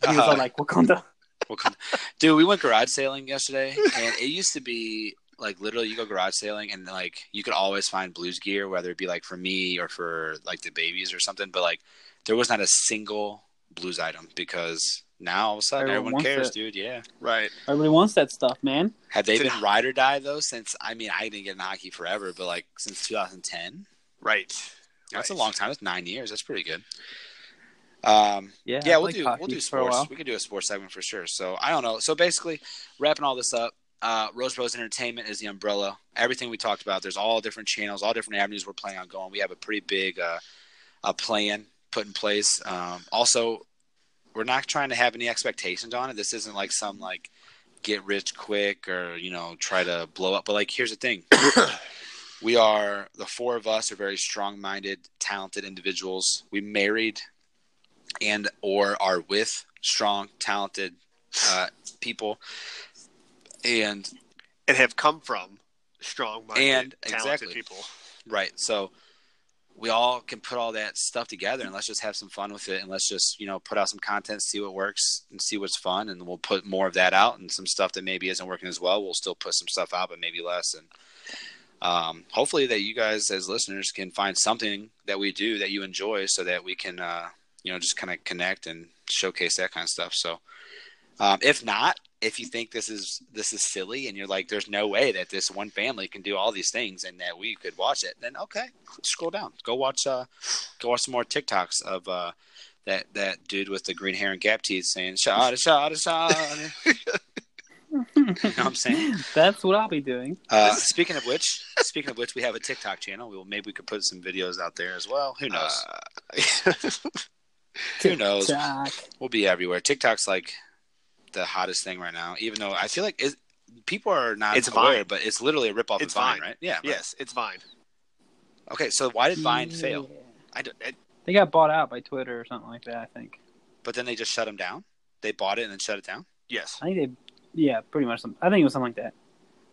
[SPEAKER 2] was
[SPEAKER 1] Uh-huh.
[SPEAKER 2] all like Wakanda.
[SPEAKER 1] Well, come- dude, we went garage sailing yesterday, and it used to be like literally you go garage sailing, and like you could always find blues gear, whether it be like for me or for like the babies or something. But like there was not a single blues item because now all of a sudden
[SPEAKER 2] Everyone
[SPEAKER 1] everyone,
[SPEAKER 2] wants
[SPEAKER 1] cares,
[SPEAKER 2] it.
[SPEAKER 1] dude. Yeah.
[SPEAKER 3] Right.
[SPEAKER 2] Everybody wants that stuff, man.
[SPEAKER 1] Have they
[SPEAKER 3] Did-
[SPEAKER 1] been ride or die though? Since I mean, I didn't get in hockey forever, but like since 2010,
[SPEAKER 3] Right.
[SPEAKER 1] that's a
[SPEAKER 3] Right.
[SPEAKER 1] long time. That's nine years. That's pretty good. Um,
[SPEAKER 2] Yeah,
[SPEAKER 1] yeah,
[SPEAKER 2] I
[SPEAKER 1] we'll
[SPEAKER 2] played
[SPEAKER 1] do
[SPEAKER 2] hockey
[SPEAKER 1] we'll do
[SPEAKER 2] for a
[SPEAKER 1] sports.
[SPEAKER 2] while.
[SPEAKER 1] We could do a sports segment for sure. So I don't know. So basically, wrapping all this up, uh, Rose Bros Entertainment is the umbrella. Everything we talked about. There's all different channels, all different avenues we're planning on going. We have a pretty big uh, a plan put in place. Um, also, we're not trying to have any expectations on it. This isn't like some like get rich quick or you know try to blow up. But like, here's the thing. We are the four of us are very strong-minded, talented individuals. We married and or are with strong, talented uh, people, and
[SPEAKER 3] And have come from strong-minded,
[SPEAKER 1] And-
[SPEAKER 3] talented
[SPEAKER 1] exactly.
[SPEAKER 3] people.
[SPEAKER 1] right. So we all can put all that stuff together, and let's just have some fun with it, and let's just you know put out some content, see what works, and see what's fun, and we'll put more of that out, and some stuff that maybe isn't working as well, we'll still put some stuff out, but maybe less, and um, hopefully that you guys as listeners can find something that we do that you enjoy, so that we can uh, you know just kind of connect and showcase that kind of stuff. So um, if not, if you think this is this is silly and you're like, there's no way that this one family can do all these things and that we could watch it, then okay, scroll down, go watch, uh, go watch some more TikToks of uh, that that dude with the green hair and gap teeth saying shada shada shada. you know what I'm saying?
[SPEAKER 2] That's what I'll be doing.
[SPEAKER 1] Uh, speaking of which, speaking of which, we have a TikTok channel. We will maybe we could put some videos out there as well. Who knows?
[SPEAKER 3] Uh,
[SPEAKER 1] Who knows?
[SPEAKER 2] TikTok.
[SPEAKER 1] We'll be everywhere. TikTok's like the hottest thing right now. Even though I feel like it, people are not
[SPEAKER 3] It's
[SPEAKER 1] aware,
[SPEAKER 3] Vine.
[SPEAKER 1] but it's literally a ripoff
[SPEAKER 3] It's
[SPEAKER 1] of Vine,
[SPEAKER 3] Vine.
[SPEAKER 1] right? Yeah. right.
[SPEAKER 3] yes, it's Vine.
[SPEAKER 1] Okay, so why did Vine
[SPEAKER 2] Mm.
[SPEAKER 1] fail? eh,
[SPEAKER 2] Yeah.
[SPEAKER 3] I don't, it,
[SPEAKER 2] They got bought out by Twitter or something like that. I think.
[SPEAKER 1] But then they just shut them down. They bought it and then shut it down.
[SPEAKER 3] yes.
[SPEAKER 2] I think they, yeah, pretty much. Some, I think it was something like that.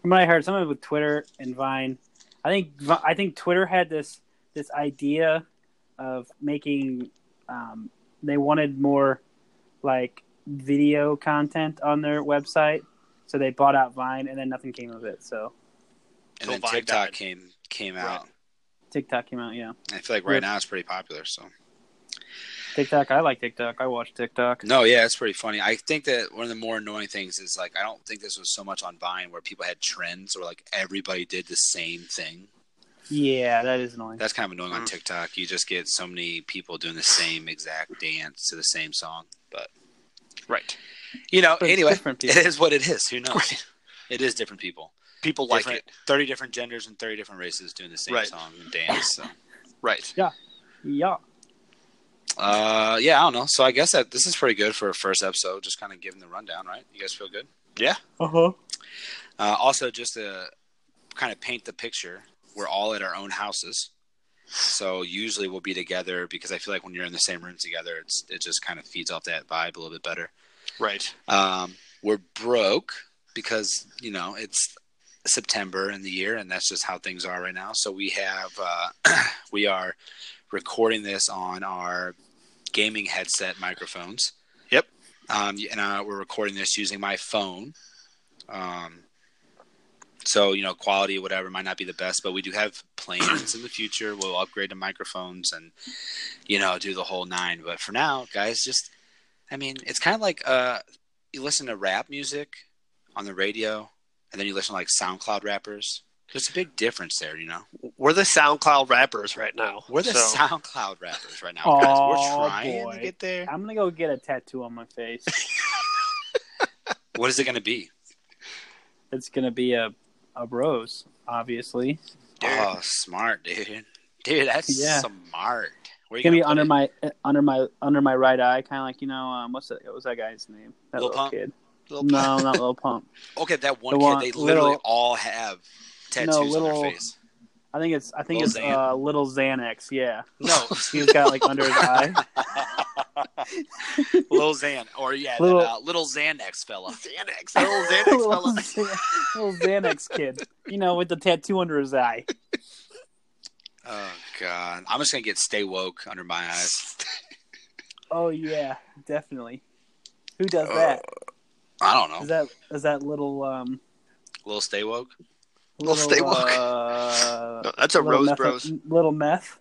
[SPEAKER 2] From what I heard, something with Twitter and Vine. I think Vi- I think Twitter had this this idea of making. Um, they wanted more like video content on their website, so they bought out Vine, and then nothing came of it. So
[SPEAKER 1] And
[SPEAKER 3] So
[SPEAKER 1] then
[SPEAKER 3] Vine
[SPEAKER 1] TikTok
[SPEAKER 3] died.
[SPEAKER 1] came came
[SPEAKER 3] Right.
[SPEAKER 1] out.
[SPEAKER 2] TikTok came out. Yeah,
[SPEAKER 1] I feel like right
[SPEAKER 2] Yeah.
[SPEAKER 1] now it's pretty popular. So
[SPEAKER 2] TikTok. I like TikTok. I watch TikTok.
[SPEAKER 1] no, yeah, it's pretty funny. I think that one of the more annoying things is like I don't think this was so much on Vine where people had trends or like everybody did the same thing.
[SPEAKER 2] Yeah, that is annoying.
[SPEAKER 1] That's kind of annoying on
[SPEAKER 3] Mm.
[SPEAKER 1] TikTok. You just get so many people doing the same exact dance to the same song. But
[SPEAKER 3] Right.
[SPEAKER 1] you know,
[SPEAKER 2] Different-
[SPEAKER 1] anyway,
[SPEAKER 2] different
[SPEAKER 1] it
[SPEAKER 2] people.
[SPEAKER 1] is what it is. Who knows? it is different people,
[SPEAKER 3] People like
[SPEAKER 1] Different-
[SPEAKER 3] it.
[SPEAKER 1] thirty different genders and thirty different races doing the same
[SPEAKER 3] Right.
[SPEAKER 1] song and dance. So.
[SPEAKER 3] Right.
[SPEAKER 2] Yeah.
[SPEAKER 1] Uh, yeah, I don't know. So I guess that this is pretty good for a first episode. Just kind of giving the rundown, right? You guys feel good?
[SPEAKER 2] Uh huh.
[SPEAKER 1] Uh, also, just to kind of paint the picture, we're all at our own houses, so usually we'll be together because I feel like when you're in the same room together, it's it just kind of feeds off that vibe a little bit better.
[SPEAKER 3] Right.
[SPEAKER 1] Um, we're broke because you know it's September in the year, and that's just how things are right now. So we have uh, we are recording this on our gaming headset microphones.
[SPEAKER 3] Yep.
[SPEAKER 1] Um, and uh, we're recording this using my phone. Um, so you know, quality whatever might not be the best, but we do have plans in the future. We'll upgrade the microphones and you know do the whole nine. But for now, guys, just I mean, it's kind of like uh, you listen to rap music on the radio, and then you listen to like SoundCloud rappers. There's a big difference there, you know.
[SPEAKER 3] We're the SoundCloud rappers right now.
[SPEAKER 1] We're the
[SPEAKER 3] So-
[SPEAKER 1] SoundCloud rappers right now. guys.
[SPEAKER 2] Oh,
[SPEAKER 1] We're trying
[SPEAKER 2] boy.
[SPEAKER 1] to get there.
[SPEAKER 2] I'm gonna go get a tattoo on my face.
[SPEAKER 1] What is it going to be?
[SPEAKER 2] it's gonna be a a rose, obviously.
[SPEAKER 3] Dude.
[SPEAKER 1] Oh, smart, dude. Dude, that's
[SPEAKER 2] Yeah.
[SPEAKER 1] smart. Where
[SPEAKER 2] It's gonna be under
[SPEAKER 1] put
[SPEAKER 2] my uh, under my under my right eye, kind of like you know um, what's that, what was that guy's name? That
[SPEAKER 1] Lil
[SPEAKER 2] little
[SPEAKER 1] Pump?
[SPEAKER 2] kid.
[SPEAKER 1] it? Little
[SPEAKER 2] No, not little pump.
[SPEAKER 1] Okay, that one
[SPEAKER 2] The
[SPEAKER 1] kid.
[SPEAKER 2] one-
[SPEAKER 1] they literally
[SPEAKER 2] little-
[SPEAKER 1] all have tattoos on
[SPEAKER 2] little-
[SPEAKER 1] their face.
[SPEAKER 2] I think it's I think
[SPEAKER 1] Lil
[SPEAKER 2] it's
[SPEAKER 1] Xan.
[SPEAKER 2] uh, little Xanax. Yeah,
[SPEAKER 1] No,
[SPEAKER 2] he's got like under his eye.
[SPEAKER 1] Lil Xan, or yeah,
[SPEAKER 2] Little-
[SPEAKER 1] that, uh, little Xanax fella.
[SPEAKER 3] Xanax. The old Xanax
[SPEAKER 2] little,
[SPEAKER 3] fella.
[SPEAKER 2] Xan- little Xanax kid, you know, with the tattoo under his eye.
[SPEAKER 1] Oh God, I'm just gonna get stay woke under my eyes.
[SPEAKER 2] Oh yeah, definitely. Who does
[SPEAKER 1] Oh,
[SPEAKER 2] that?
[SPEAKER 1] I don't know.
[SPEAKER 2] Is that is that little um
[SPEAKER 1] Little stay woke.
[SPEAKER 3] Little Stay Woke.
[SPEAKER 2] uh,
[SPEAKER 3] No, that's a
[SPEAKER 2] little
[SPEAKER 3] Rose
[SPEAKER 2] meth-
[SPEAKER 3] Bros.
[SPEAKER 2] Little meth.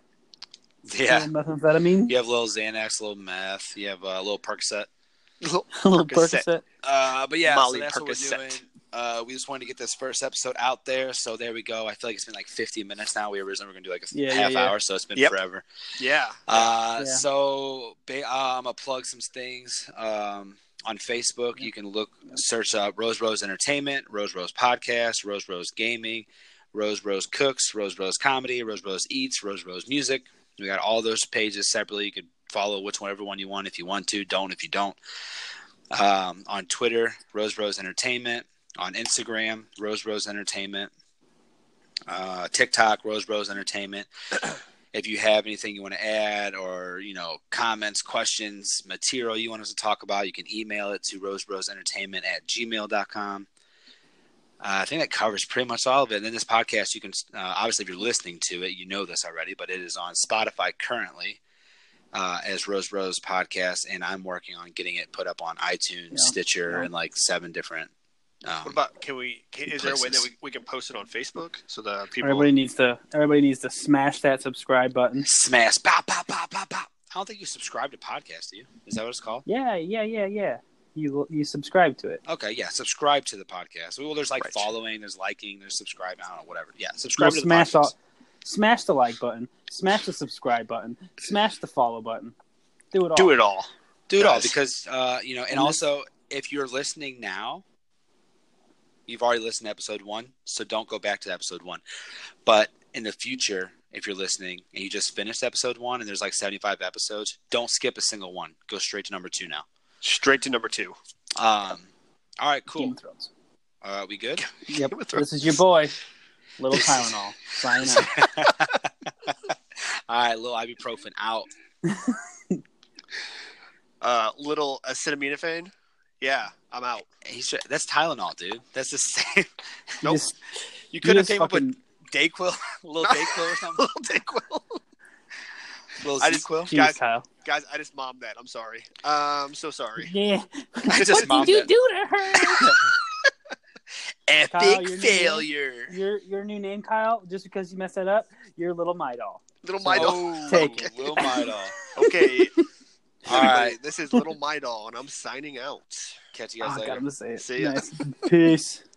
[SPEAKER 1] Yeah,
[SPEAKER 2] Little methamphetamine.
[SPEAKER 1] you have little Xanax, little meth. You have a uh, little Percocet.
[SPEAKER 2] little
[SPEAKER 3] Percocet.
[SPEAKER 2] Percocet.
[SPEAKER 1] Uh, but yeah,
[SPEAKER 3] Molly
[SPEAKER 1] so that's
[SPEAKER 3] Percocet.
[SPEAKER 1] what we're doing. Uh, we just wanted to get this first episode out there, so there we go. I feel like it's been like 50 minutes now. We originally were gonna do like a
[SPEAKER 2] Yeah, yeah,
[SPEAKER 1] half
[SPEAKER 2] yeah.
[SPEAKER 1] hour, so it's been
[SPEAKER 3] Yep.
[SPEAKER 1] forever.
[SPEAKER 3] Yeah.
[SPEAKER 1] Uh,
[SPEAKER 2] Yeah.
[SPEAKER 1] so ba- uh, I'm gonna plug some things. Um, on Facebook, you can look, search up Rose Rose Entertainment, Rose Rose Podcast, Rose Rose Gaming, Rose Rose Cooks, Rose Rose Comedy, Rose Rose Eats, Rose Rose Music. We got all those pages separately. You could follow which one, one you want if you want to. Don't if you don't. Um, on Twitter, Rose Rose Entertainment. On Instagram, Rose Rose Entertainment. Uh, TikTok, Rose Rose Entertainment. if you have anything you want to add or you know comments questions material you want us to talk about you can email it to rosebrosentertainment at gmail.com uh, i think that covers pretty much all of it and then this podcast you can uh, obviously if you're listening to it you know this already but it is on spotify currently uh, as rose rose podcast and i'm working on getting it put up on itunes
[SPEAKER 2] Yeah.
[SPEAKER 1] stitcher
[SPEAKER 2] Yeah.
[SPEAKER 1] and like seven different um,
[SPEAKER 3] What about can we? Can, is there a way that
[SPEAKER 1] Places.
[SPEAKER 3] we, we can post it on Facebook so the people?
[SPEAKER 2] Everybody needs to. Everybody needs to smash that subscribe button.
[SPEAKER 1] smash pop pop pop pop pop i don't think you subscribe to podcasts do you is that what it's called
[SPEAKER 2] Yeah, yeah, yeah, yeah. you you subscribe to it.
[SPEAKER 1] Okay, yeah, subscribe to the podcast. Well, there's like
[SPEAKER 3] Right.
[SPEAKER 1] following, there's liking, there's subscribing, I don't know, whatever. Yeah,
[SPEAKER 2] Well,
[SPEAKER 1] subscribe to the
[SPEAKER 2] smash
[SPEAKER 1] podcast.
[SPEAKER 2] all, smash the like button, smash the subscribe button, smash the follow button. Do it all.
[SPEAKER 3] Do it all.
[SPEAKER 1] do it all
[SPEAKER 3] guys.
[SPEAKER 1] because uh, you know, and
[SPEAKER 2] And this-
[SPEAKER 1] also if you're listening now, you've already listened to episode one, so don't go back to episode one. But in the future, if you're listening and you just finished episode one and there's like 75 episodes, don't skip a single one. Go straight to number two now.
[SPEAKER 3] Straight to number two.
[SPEAKER 1] Um, all right,
[SPEAKER 2] Game
[SPEAKER 1] cool.
[SPEAKER 2] of Thrones.
[SPEAKER 1] Uh, we good?
[SPEAKER 2] Yep.
[SPEAKER 3] Game of Thrones.
[SPEAKER 2] This is your boy, Little Tylenol. Signing out.
[SPEAKER 1] All right, little ibuprofen out.
[SPEAKER 3] Uh, little acetaminophen. Yeah, I'm out.
[SPEAKER 1] He's, that's Tylenol, dude. That's the same.
[SPEAKER 3] Nope.
[SPEAKER 2] Just-
[SPEAKER 3] You
[SPEAKER 2] you
[SPEAKER 3] could have
[SPEAKER 2] just
[SPEAKER 3] came up with
[SPEAKER 2] fucking-
[SPEAKER 1] Dayquil, a little Dayquil or something.
[SPEAKER 3] little Dayquil.
[SPEAKER 1] A little
[SPEAKER 3] I just-
[SPEAKER 1] Sequil.
[SPEAKER 2] Jeez,
[SPEAKER 3] guys-
[SPEAKER 2] Kyle.
[SPEAKER 3] Guys, I just mommed that. I'm sorry. Um, so sorry.
[SPEAKER 2] Yeah.
[SPEAKER 1] I just mommed
[SPEAKER 2] what did you
[SPEAKER 1] it.
[SPEAKER 2] do to her?
[SPEAKER 1] Epic
[SPEAKER 2] Kyle, you're new.
[SPEAKER 1] failure.
[SPEAKER 2] your your new name, Kyle. Just because you messed that up, you're Little My Doll.
[SPEAKER 3] Little Midol.
[SPEAKER 1] Oh,
[SPEAKER 2] Take it.
[SPEAKER 1] Little Midol.
[SPEAKER 3] Okay. All
[SPEAKER 1] right.
[SPEAKER 3] right. This is Little Midol, and I'm signing out.
[SPEAKER 1] Catch you
[SPEAKER 2] Oh,
[SPEAKER 1] guys
[SPEAKER 2] I
[SPEAKER 1] later.
[SPEAKER 2] got him to say it.
[SPEAKER 3] See ya.
[SPEAKER 2] Nice. Peace.